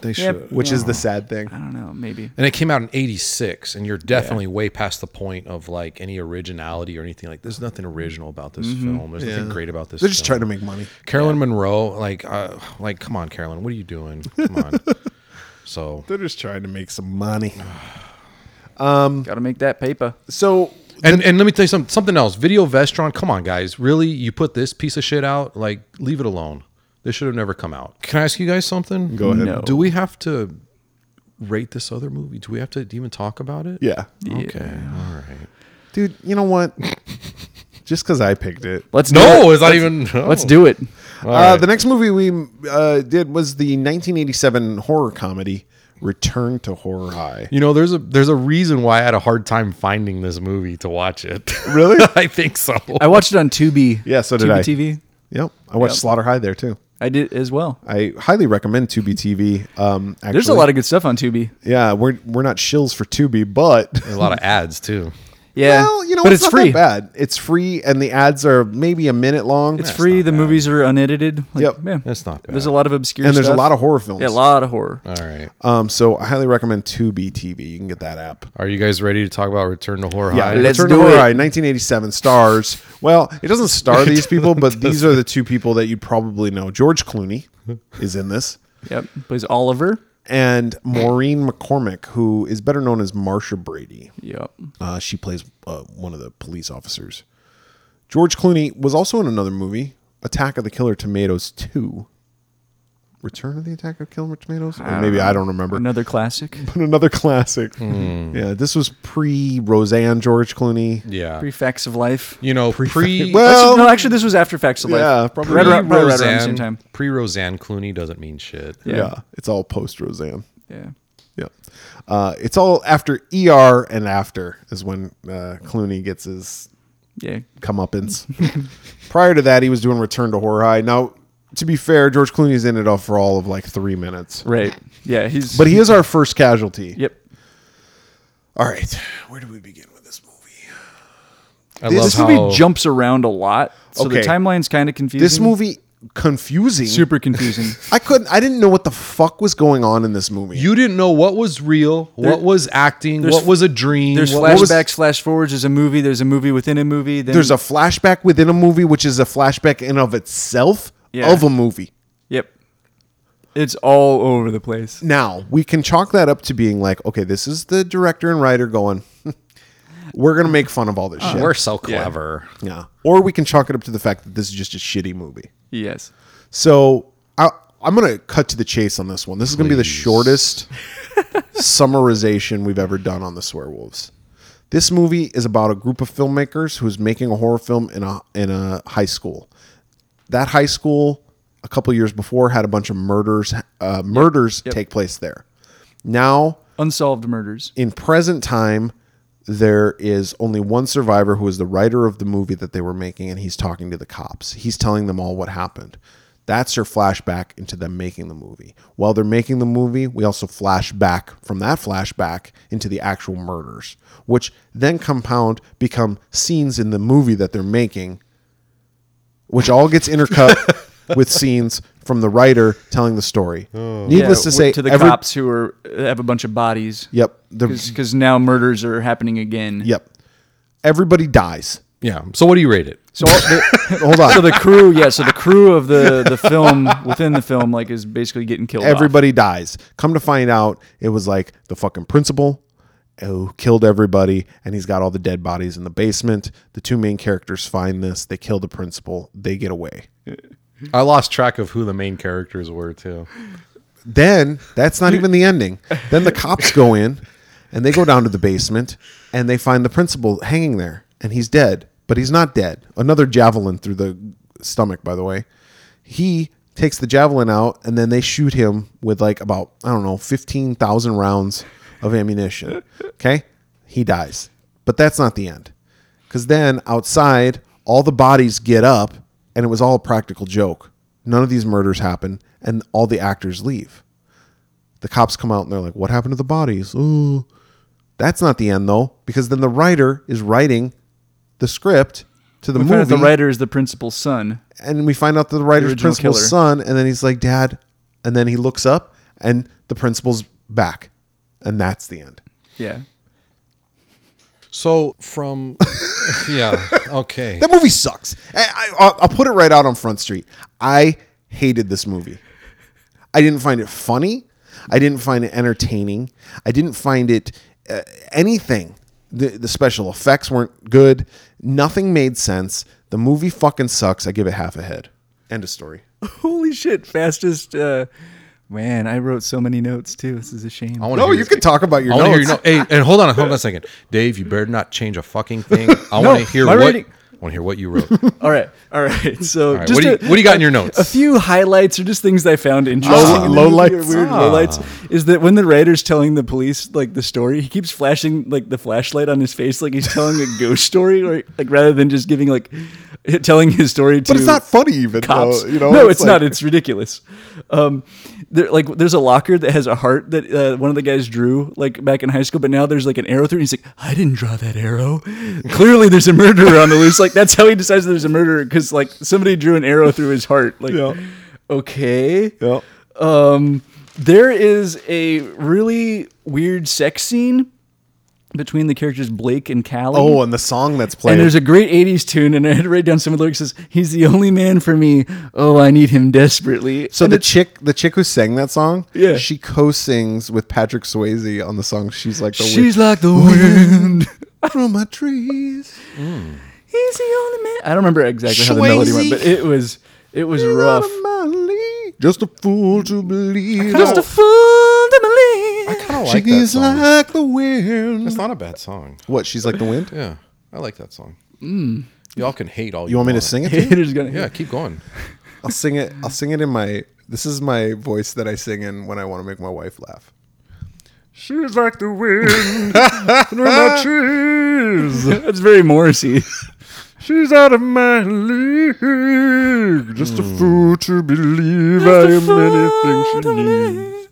C: they
B: Yeah,
C: should.
A: which is
B: yeah.
A: the sad thing.
B: I don't know, maybe.
C: And it came out in 86, and you're definitely way past the point of like any originality or anything. Like, there's nothing original about this film. There's nothing great about this
A: Mm-hmm. They're just
C: film.
A: trying to make money.
C: Carolyn Monroe, like, uh, like, come on, Carolyn, what are you doing? Come on. so,
A: They're just trying to make some money. Hmm.
B: Got to make that paper.
A: So
C: And, and let me tell you something, something else. Video Vestron, come on, guys. Really? You put this piece of shit out? Like, leave it alone. This should have never come out. Can I ask you guys something?
A: Go ahead. No.
C: Do we have to rate this other movie? Do we have to even talk about it?
A: yeah,
C: Okay. All right.
A: dude, you know what? just because I picked it.
B: Let's do
C: No,
B: it.
C: it's not
B: Let's-
C: even. no.
B: Let's do it.
A: Uh, The next movie we uh, did was the 1987 horror comedy Return to Horror High.
C: You know, there's a there's a reason why I had a hard time finding this movie to watch it.
A: Really?
C: I think so.
B: I watched it on Tubi.
A: Yeah, so did
B: Tubi
A: I.
B: TV.
A: Yep, I watched
B: Yep.
A: Slaughter High there too.
B: I did as well.
A: I highly recommend Tubi TV. Um, actually.
B: There's a lot of good stuff on Tubi.
A: yeah. We're we're not shills for Tubi, but
C: a lot of ads too.
B: Yeah,
A: Well, you know,
B: but
A: it's,
B: it's,
A: not
B: free.
A: that bad. It's free, and the ads are maybe a minute long.
B: It's free. The movies are unedited. Like,
A: Yep.
B: yeah.
C: That's not bad.
B: There's a lot of obscure
A: and there's a
B: stuff.
A: lot of horror films.
B: Yeah, a lot of horror.
C: All right.
A: Um, so I highly recommend Tubi TV. You can get that app.
C: Are you guys ready to talk about Return to Horror
A: Yeah,
C: High?
B: let's
A: Return
B: do
A: to Horror
B: it.
A: Eye, 1987 stars. Well, it doesn't star these people, but these are the two people that you probably know. George Clooney is in this,
B: Yep. Plays Oliver.
A: and Maureen McCormick, who is better known as Marsha Brady.
B: Yep.
A: Uh, she plays uh, one of the police officers. George Clooney was also in another movie, Attack of the Killer Tomatoes 2. Return of the Attack of Killer Tomatoes? Or maybe I don't remember.
B: Another classic.
A: But another classic. Yeah, this was pre Roseanne George Clooney.
C: Yeah.
B: Three facts of life.
C: you know, pre
A: Well-
B: no, actually, this was after facts of life.
A: Yeah, probably.
B: Right around, right around the
C: Roseanne,
B: same time.
C: pre Roseanne Clooney doesn't mean shit.
A: Yeah, it's all post Roseanne.
B: Yeah.
A: Yeah. Uh, it's all after ER and after is when uh, Clooney gets his
B: Yeah.
A: comeuppance. Prior to that, he was doing Return to Horror High. Now, to be fair, George Clooney's in it all for all of like three minutes.
B: Right. Yeah. He's.
A: But he is our first casualty.
B: Yep.
A: All right. Where do we begin with this movie?
C: I
A: This
C: love
B: This movie
C: how
B: jumps around a lot, so
A: Okay.
B: the timeline's kind of confusing.
A: This movie confusing.
B: super confusing.
A: I couldn't. I didn't know what the fuck was going on in this movie.
C: you didn't know what was real, what was acting,
B: there's-
C: what was a dream.
B: There's
C: what was-
B: flashbacks, flash forwards. There's a movie. There's a movie within a movie. Then,
A: There's a flashback within a movie, which is a flashback in of itself
B: Yeah.
A: of a movie.
B: Yep. It's all over the place.
A: Now we can chalk that up to being like, okay, this is the director and writer going. We're gonna make fun of all
B: Uh,
A: this shit.
C: We're so clever.
A: Yeah. Or we can chalk it up to the fact that this is just a shitty movie.
B: Yes.
A: So I, I'm going to cut to the chase on this one. This is going to be the shortest summarization we've ever done on the Swearwolves. This movie is about a group of filmmakers who's making a horror film in a in a high school. That high school, a couple years before, had a bunch of murders uh, murders take place there. Now
B: Unsolved murders.
A: in present time, there is only one survivor who is the writer of the movie that they were making, and he's talking to the cops. He's telling them all what happened. That's your flashback into them making the movie. While they're making the movie, we also flash back from that flashback into the actual murders, which then compound become scenes in the movie that they're making which all gets intercut with scenes from the writer telling the story. Needless
B: Oh. Yeah,
A: to say,
B: to the
A: every-
B: cops who are have a bunch of bodies.
A: Yep, the,
B: Because now murders are happening again.
A: yep, everybody dies.
C: Yeah. So what do you rate it?
B: So all the,
A: Hold on,
B: so the crew, yeah. So the crew of the the film within the film, like, is basically getting killed. off.
A: everybody dies. Come to find out, it was like the fucking principal who killed everybody, and he's got all the dead bodies in the basement. The two main characters find this. They kill the principal. They get away.
C: I lost track of who the main characters were too.
A: Then that's not even the ending. Then the cops go in, and they go down to the basement, and they find the principal hanging there, and he's dead, but he's not dead. Another javelin through the stomach, by the way. He takes the javelin out, and then they shoot him with like about I don't know fifteen thousand rounds of ammunition. Okay, he dies, but that's not the end, because then outside all the bodies get up, and it was all a practical joke. None of these murders happen, and all the actors leave the cops come out and they're like, "What happened to the bodies?" Ooh, that's not the end though, because then the writer is writing the script to the
B: We find
A: movie,
B: out the writer is the principal's son.
A: and we find out that the writer's
B: original
A: principal's
B: killer.
A: son, and then he's like, "Dad," and then he looks up, and the principal's back, and that's the end.
B: Yeah.
C: So from yeah, okay.
A: That movie sucks. I, I, I'll- I'll put it right out on Front Street. I hated this movie. I didn't find it funny. I didn't find it entertaining. I didn't find it uh, anything. The, the special effects weren't good. Nothing made sense. The movie fucking sucks. I give it half a head. End of story.
B: Holy shit! Fastest. Uh, man, I wrote so many notes too. This is a shame.
C: I want
A: No, you can talk about your
C: I want to hear
A: notes.
C: your note. Hey, and hold on, hold on a second, Dave. You better not change a fucking thing. I want to hear
B: my
C: what.
B: rating-
C: I want to hear what you wrote.
B: All right, all right. So,
C: right,
B: just
C: what do you-
B: a-
C: what do you got in your notes? Ah.
B: A few highlights or just things that I found interesting.
A: Low-
B: in the
A: low
B: movie or
A: lights.
B: Weird low lights is that when the writer's telling the police like the story, he keeps flashing like the flashlight on his face, like he's telling a ghost story, or like rather than just giving like telling his story to.
A: But it's not funny even.
B: Cops.
A: Though, you know,
B: no, it's, not.
A: like-
B: It's ridiculous. Um, there, like, there's a locker that has a heart that uh, one of the guys drew, like back in high school. But now there's like an arrow through. it, And he's like, I didn't draw that arrow. Clearly, there's a murderer on the loose. Like that's how he decides there's a murderer because like somebody drew an arrow through his heart. Like,
A: Yeah.
B: okay.
A: Yeah.
B: Um, there is a really weird sex scene between the characters Blake and Callie.
A: Oh, and the song that's playing.
B: And there's a great 80s tune, and I had to write down some of the lyrics. Says, He's the only man for me. Oh, I need him desperately.
A: So the chick, the chick who sang that song,
B: Yeah.
A: she co-sings with Patrick Swayze on the song. She's like the
B: she's
A: wind
B: like the wind.
A: from my trees.
B: He's the only man. I don't remember exactly how the melody went,
A: Swayze.
B: but it was it was
A: She's
B: rough.
A: out of my league. Just a fool to believe.
B: Just a fool to believe.
C: kind of
A: she's like the wind.
C: It's not a bad song.
A: What? She's like the wind.
C: Yeah, I like that song. Y'all can hate all you,
A: You want me to sing it? to you?
B: Haters gonna
C: Yeah, keep going.
A: I'll sing it. I'll sing it in my. This is my voice that I sing in when I want to make my wife laugh. She's like the wind from my trees.
B: Ah. That's very Morrissey.
A: She's out of my league. Just
B: Hmm.
A: a fool to believe I am anything she needs.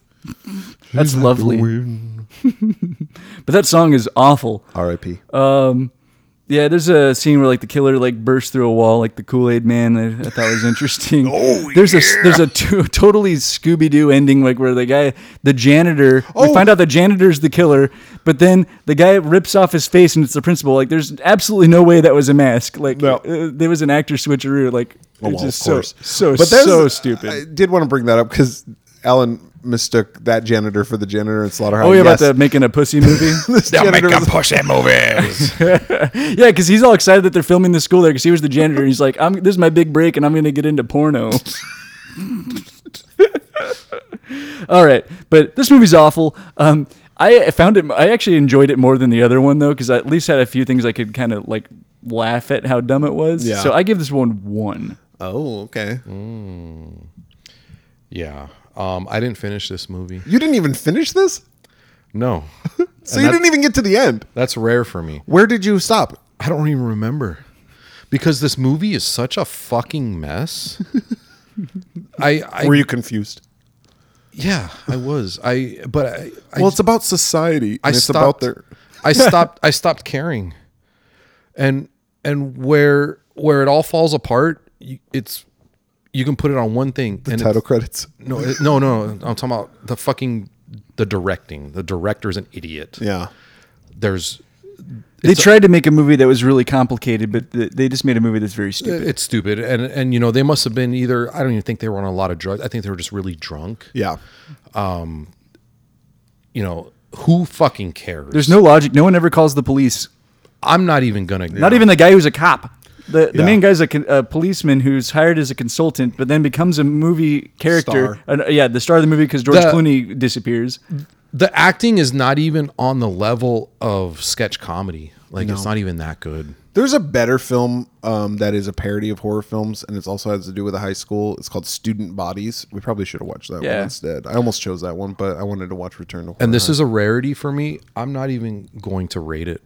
B: That's lovely.
A: Win.
B: But that song is awful.
A: R.I.P.
B: Um, yeah, there's a scene where like the killer like bursts through a wall, like the Kool Aid Man. I, I thought was interesting. oh, there's a there's a t- totally Scooby Doo ending, like where the guy, the janitor,
A: Oh.
B: we find out the janitor's the killer, but then the guy rips off his face and it's the principal. Like, there's absolutely no way that was a mask. Like,
A: No.
B: uh, there was an actor switcheroo. Like,
A: Oh,
B: it's
A: well,
B: just
A: of course.
B: so so
A: there's-
B: so stupid.
A: I did want to bring that up because Alan mistook that janitor for the janitor in Slaughterhouse.
B: Oh, yeah,
A: Yes.
B: about the making a pussy movie.
A: This janitor was-
C: pussy movies.
B: yeah, because he's all excited that they're filming the school there because he was the janitor. And he's like, I'm, "This is my big break, and I'm going to get into porno." all right, but this movie's awful. Um, I found it. I actually enjoyed it more than the other one though, because I at least had a few things I could kind of like laugh at how dumb it was.
A: Yeah.
B: So I give this one one.
A: oh, okay.
C: yeah. Um, I didn't finish this movie.
A: You didn't even finish this?
C: No.
A: So you didn't even get to the end.
C: That's rare for me.
A: Where did you stop?
C: I don't even remember because this movie is such a fucking mess. I, I
A: Were you confused?
C: yeah, I was. I but I, I
A: well, it's about society.
C: I
A: and it's about
C: stopped.
A: their.
C: I stopped. I stopped caring, and and where where it all falls apart, you- it's you can put it on one thing. and
A: title
C: it's-
A: credits.
C: No, it- no, no. I'm talking about the fucking the directing. The director's an idiot.
A: Yeah.
C: There's
B: they tried to make a movie that was really complicated, but th- they just made a movie that's very stupid.
C: it's stupid, and and you know they must have been either. I don't even think they were on a lot of drugs. I think they were just really drunk.
A: Yeah.
C: You know who fucking cares?
B: There's no logic. No one ever calls the police.
C: I'm not even gonna.
B: Not even the guy who's a cop. The, the
A: Yeah.
B: main guy's a, con- a policeman who's hired as a consultant, but then becomes a movie character.
A: Star.
B: Uh, yeah, the star of the movie because George
C: The-
B: Clooney disappears.
C: the acting is not even on the level of sketch comedy. Like it's not even that good.
A: There's a better film um, that is a parody of horror films, and it also has to do with a high school. It's called Student Bodies. We probably should have watched that
B: Yeah.
A: one instead. I almost chose that one, but I wanted to watch Return to Horror.
C: And this is a rarity for me. I'm not even going to rate it.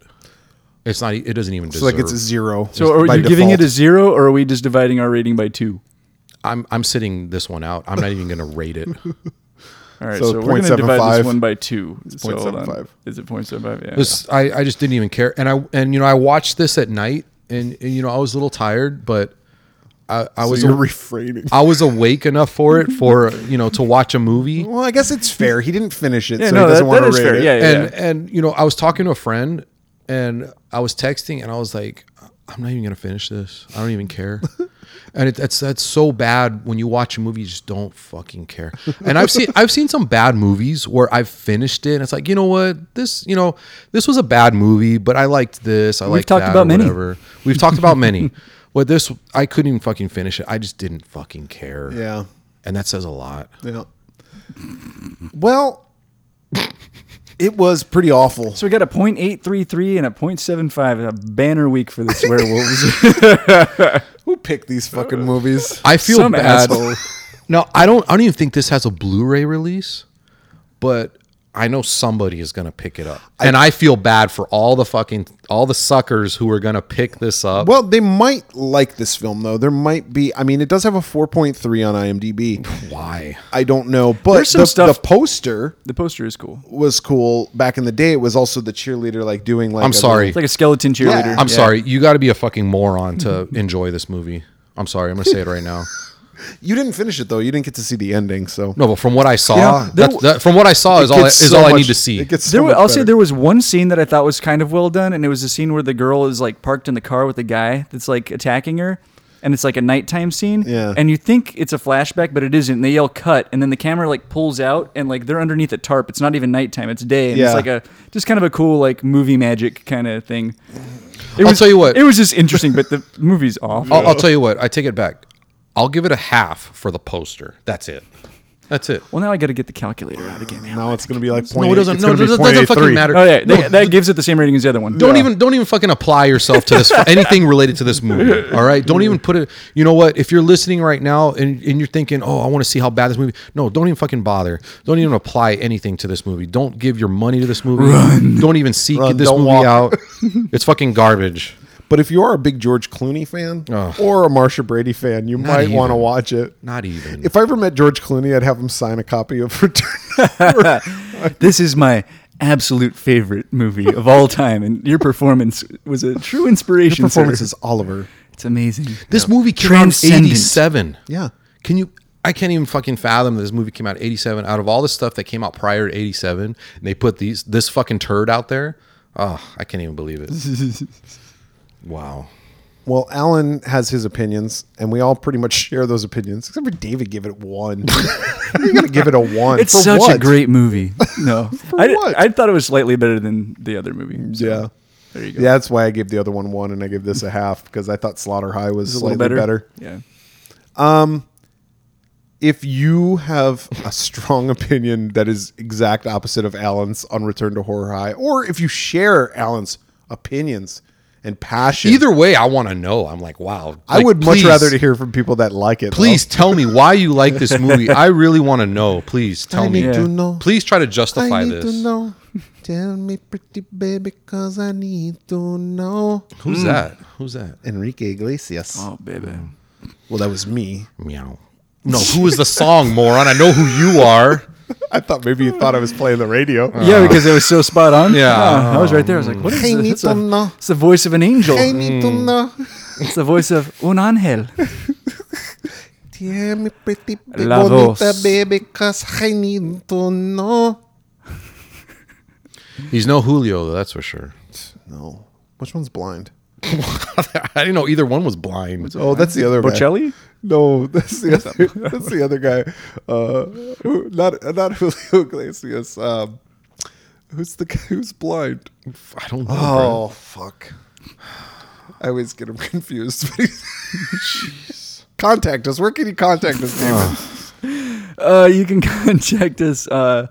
C: It's not. It doesn't even
A: so
C: deserve.
A: like it's a zero.
B: So are you
A: by
B: giving it
A: default.
B: a zero, or are we just dividing our rating by two?
C: I'm I'm sitting this one out. I'm not even going to rate it.
B: All right,
A: So
B: so, we're going to divide
A: 0.75.
B: this one by two. So hold on.
A: 0.75.
B: Is it 0.75? Yeah.
C: This I I just didn't even care. And I and you know I watched this at night, and, and, you know I was a little tired, but I I
A: So
C: was
A: you're
C: a-
A: refraining.
C: I was awake enough for it for you know to watch a movie.
A: well, I guess it's fair. He didn't finish it,
B: yeah,
A: so
B: no,
A: he
B: that,
A: doesn't want
B: that
A: to
B: is
A: rate
B: fair.
A: it.
B: Yeah, yeah.
C: and
B: yeah.
C: and you know i was talking to a friend and i was texting and i was like i'm not even gonna finish this i don't even care and it, that's that's so bad when you watch a movie you just don't fucking care and i've seen i've seen some bad movies where i've finished it and it's like you know what this you know this was a bad movie but i liked this i liked
B: talked
C: that
B: about
C: or
B: many.
C: whatever we've talked about many but this i couldn't even fucking finish it i just didn't fucking care
A: Yeah.
C: and that says a lot
A: Yeah. Well, it was pretty awful.
B: so we got a 0.833 and a 0.75, a banner week for this werewolves.
A: Who picked these fucking movies?
C: I feel
B: Some
C: bad.
B: asshole.
C: No, I don't. I don't even think this has a Blu-ray release, but I know somebody is gonna pick it up, and I feel bad for all the fucking all the suckers who are gonna pick this up.
A: Well, they might like this film though. There might be. I mean, it does have a 4.3 on IMDb.
C: Why?
A: I don't know, but
B: There's some
A: the,
B: stuff-
A: the poster
B: the poster is cool.
A: was cool back in the day. It was also the cheerleader like doing like.
C: I'm
A: a
C: sorry.
B: It's like a skeleton cheerleader.
A: Yeah.
C: I'm
B: Yeah.
C: sorry. You got to be a fucking moron to enjoy this movie. I'm sorry. I'm gonna say it right now.
A: little- you didn't finish it though. You didn't get to see the ending, so
C: No, but from what I saw,
B: know, there
C: that's, that, from what I saw is all I,
A: It gets
C: is
A: so
C: all I
A: much-
C: need to see.
A: It gets so
B: There wa-
A: much
B: I'll say
A: better.
B: there was one scene that I thought was kind of well done, and it was a scene where the girl is like parked in the car with the guy that's like attacking her, and it's like a nighttime scene.
A: Yeah.
B: And you think it's a flashback, but it isn't. And they yell "cut," and then the camera like pulls out, and like they're underneath a tarp. It's not even nighttime; it's day. And
A: Yeah.
B: It's like a just kind of a cool like movie magic kind of thing. It
C: I'll
B: was,
C: tell you what.
B: It was just interesting, but the movie's off.
C: I'll, I'll tell you what. I take it back. I'll give it a half for the poster. That's it. That's it.
B: well, now I got to get the calculator out again. man.
A: Now it's going to be like point.
C: No, it doesn't.
A: It's
C: No,
A: gonna
C: it
A: be
C: doesn't, doesn't fucking
A: 0.83.
C: matter.
B: Oh yeah, they, that gives it the same rating as the other one.
C: Don't even don't even fucking apply yourself to this anything related to this movie. All right, don't even put it. You know what? If you're listening right now and, and you're thinking, oh, I want to see how bad this movie. No, don't even fucking bother. Don't even apply anything to this movie. Don't give your money to this movie. Don't even seek
A: Run,
C: this
A: don't
C: movie
A: walk.
C: out. It's fucking garbage.
A: But if you are a big George Clooney fan or a Marsha Brady fan, you might want to
C: even.
A: watch it.
C: Not even.
A: If I ever met George Clooney, I'd have him sign a copy of Return.
B: This is my absolute favorite movie of all time, and your performance was a true inspiration.
A: Performance
B: sir.
A: is Oliver.
B: it's amazing.
C: this movie came out in
B: Transcendent.
C: '87.
A: Yeah.
C: Can you? I can't even fucking fathom that this movie came out in '87. Out of all the stuff that came out prior to '87, and they put these this fucking turd out there. Oh, I can't even believe it. wow.
A: Well, Alan has his opinions, and we all pretty much share those opinions, except for David gave it one. You're going to give it a one.
B: It's
A: For
B: such a
A: what?
B: great movie. No, I, d-
A: what?
B: I thought it was slightly better than the other movie. So
A: Yeah.
B: there you go.
A: Yeah, that's why I gave the other one one, and I gave this a half because I thought Slaughter High was
B: It's a little
A: slightly better.
B: Yeah.
A: If you have a strong opinion that is exact opposite of Alan's on Return to Horror High, or if you share Alan's opinions and passion,
C: Either way, I want to know. I'm like, wow.
A: I
C: Like,
A: would much
C: please-
A: rather to hear from people that like it. though.
C: Please tell me why you like this movie. I really want to know. Please tell
A: I
C: me.
A: need
B: Yeah.
A: to know.
C: Please try to
A: I
C: justify
A: need
C: this.
A: to know. Tell me, pretty baby, cause I need to know.
C: Who's that? Who's that?
A: Enrique Iglesias.
B: Oh baby.
A: Well, that was me.
C: Meow. No, who is the song, moron? I know who you are.
A: I thought maybe you thought I was playing the radio.
B: Yeah, because it was so spot on.
C: Yeah.
B: Ah, Uh, I was right there. I was like, what is
A: I
B: this?
A: need
B: It's,
A: to
B: a-
A: know.
B: it's the voice of an angel.
A: I need to know.
B: It's the voice of un angel.
A: Tell me, pretty baby,
B: La
A: bonita
B: voz.
A: baby, cause I need to know.
C: He's no Julio, though, that's for sure.
A: No. Which one's blind?
C: I didn't know either one was blind.
A: Oh, that's the other guy.
B: Bocelli?
A: No, that's the other, that's the other guy. Uh, who- not not Julio Iglesias. Um, who's the guy who's blind?
C: I don't know.
A: Oh fuck! I always get him confused. Contact us. Where can you contact us, David?
B: Uh, you can contact us uh,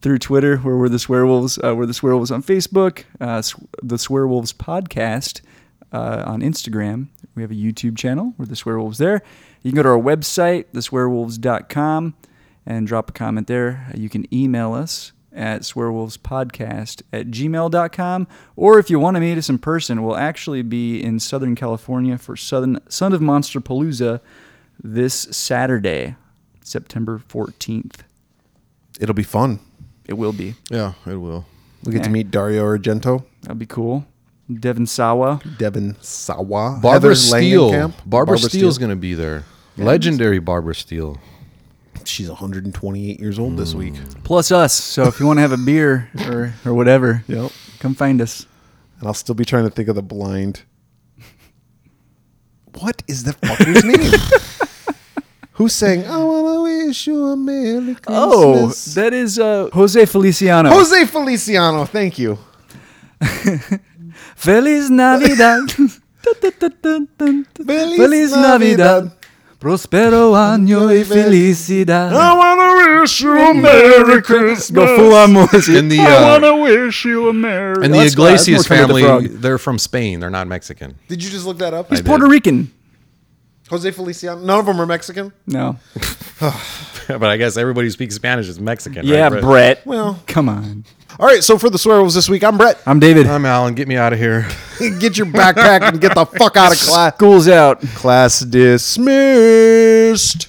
B: through Twitter, where we're the Swearwolves. Uh, we're the Swearwolves on Facebook, uh, Sw- the Swearwolves podcast uh, on Instagram. We have a YouTube channel. We're the Swearwolves there. You can go to our website, theswearwolves.com, and drop a comment there. Uh, You can email us at swearwolvespodcast at gmail.com. Or if you want to meet us in person, we'll actually be in Southern California for Southern Son of Monster Palooza this Saturday, September 14th.
A: It'll be fun.
B: It will be.
C: yeah, it will.
A: We get to meet Dario Argento,
B: That'll be cool. Devin Sawa.
A: Devin Sawa,
C: Barbara
A: Heather
C: Steele.
A: Langenkamp.
C: Barbara, Steele's going to be there. Legendary Barbara Steele.
A: She's 128 years old this week.
B: Plus us. So if you want to have a beer or, or whatever,
A: Yep.
B: come find us.
A: And I'll still be trying to think of the blind. What is the fucker's name? Who sang "I Wanna Wish You a Merry Christmas"?
B: Oh, that is uh, Jose Feliciano.
A: Jose Feliciano. Thank you.
B: Feliz Navidad. Dun, dun, dun, dun, dun, dun.
A: Feliz
B: Feliz Navidad.
A: Navidad.
B: Prospero año y
A: Feliz-
B: felicidad.
A: wanna wish you a Merry
B: Go
A: Christmas.
B: full on Morrissey.
C: And the, uh,
B: wish you a merry.
C: and the
B: That's- that's
C: Iglesias
B: more Kermit the
C: family,
B: Frog.
C: they're from Spain. They're not Mexican.
A: Did you just look that up?
B: He's Puerto Rican.
A: Jose Feliciano. None of them are Mexican.
B: No.
C: but I guess everybody who speaks Spanish is Mexican.
B: Yeah,
C: right,
B: Brett.
A: Well,
B: Come on.
A: all right. So for the swearwolves this week, I'm Brett.
B: I'm David.
C: I'm Alan. Get me out of here.
A: Get your backpack and get the fuck out of class.
B: School's out.
A: Class dismissed.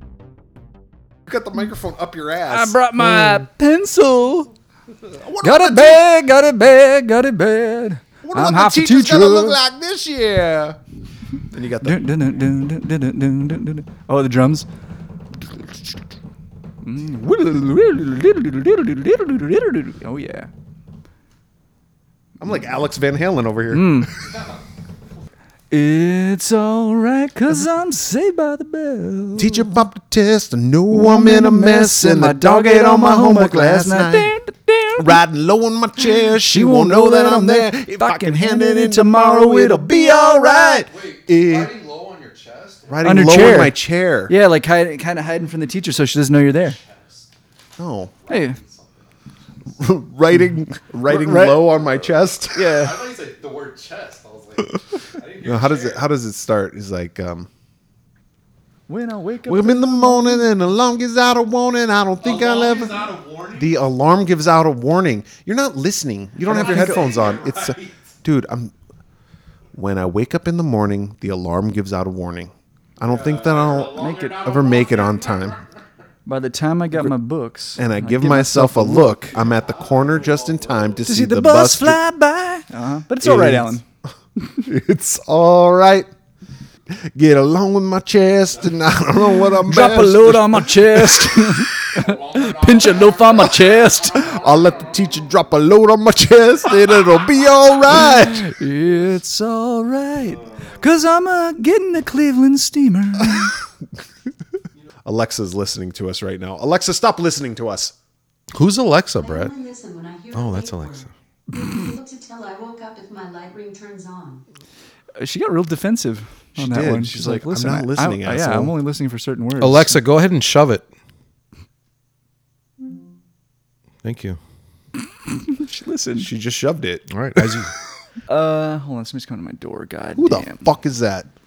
A: You got the microphone up your ass.
B: brought my pencil.
A: What
B: mm. Got
A: about the te-
B: it bad, got it bad, got it bad.
A: What
B: I'm
A: about
B: half
A: the
B: a
A: teacher's
B: teacher.
A: gonna look like this year? Then you got the
B: Dun, dun, dun, dun, dun, dun, dun, dun, dun, dun. Oh, the drums. Mm. Oh, yeah.
A: I'm like Alex Van Halen over here.
B: It's alright, cause
A: Mm-hmm.
B: I'm saved by the bell.
A: Teacher popped the test. I knew I'm in a mess, and my dog ate all my homework last night. Riding low in my chair, she won't know that I'm there. If I can hand it in tomorrow, it'll be alright.
C: low on your chest?
A: Riding
B: on her
A: low
B: chair.
A: in my chair.
B: Yeah, like hide, kind of hiding from the teacher so she doesn't know you're there.
A: No.
B: Hey,
A: Riding riding
B: Right.
A: low on my chest.
B: yeah.
C: thought you said the word chest. I was like, I didn't
A: You know, how does it how does it start? Is like um
B: When I wake up,
A: Well, I'm in the morning and the alarm gives out a warning. I don't think I'll ever. The alarm gives out a warning. You're not listening. You don't have your headphones on. It's, uh, dude. I'm. When I wake up in the morning, the alarm gives out a warning. I don't think that I'll
B: make it.
A: ever make it on time.
B: By the time I got my books,
A: And I give myself a look. I'm at the corner just in time to,
B: to
A: see, the, bus. dri-
B: fly by. Uh-huh. But it's all right,
A: is-
B: Alan.
A: It's all right. Get along with my chest, and I don't know what I'm.
B: Drop a
A: best.
B: load on my chest. Pinch a loaf on my chest.
A: I'll let the teacher drop a load on my chest, and it'll be all right.
B: It's all right. Cause I'm uh, getting the Cleveland steamer.
A: Alexa's listening to us right now. Alexa, stop listening to us.
C: Who's Alexa, Brett?
E: only listen when I hear
C: Oh,
E: a
C: that's
E: wake word.
C: Alexa.
E: I'm able to tell I woke up if my light ring turns on.
B: she got real defensive on that
A: did.
B: one.
A: She's
B: She's,
A: like,
B: like,
A: "I'm
B: listen,
A: not
B: I-
A: listening,
B: I, yeah, I'm
A: asshole."
B: only listening for certain words.
C: Alexa, go ahead and shove it. Thank you.
B: she listened.
A: She just shoved it.
C: All right, as you
B: Uh, hold on, somebody's coming to my door. God,
A: Who the
B: damn.
A: fuck is that?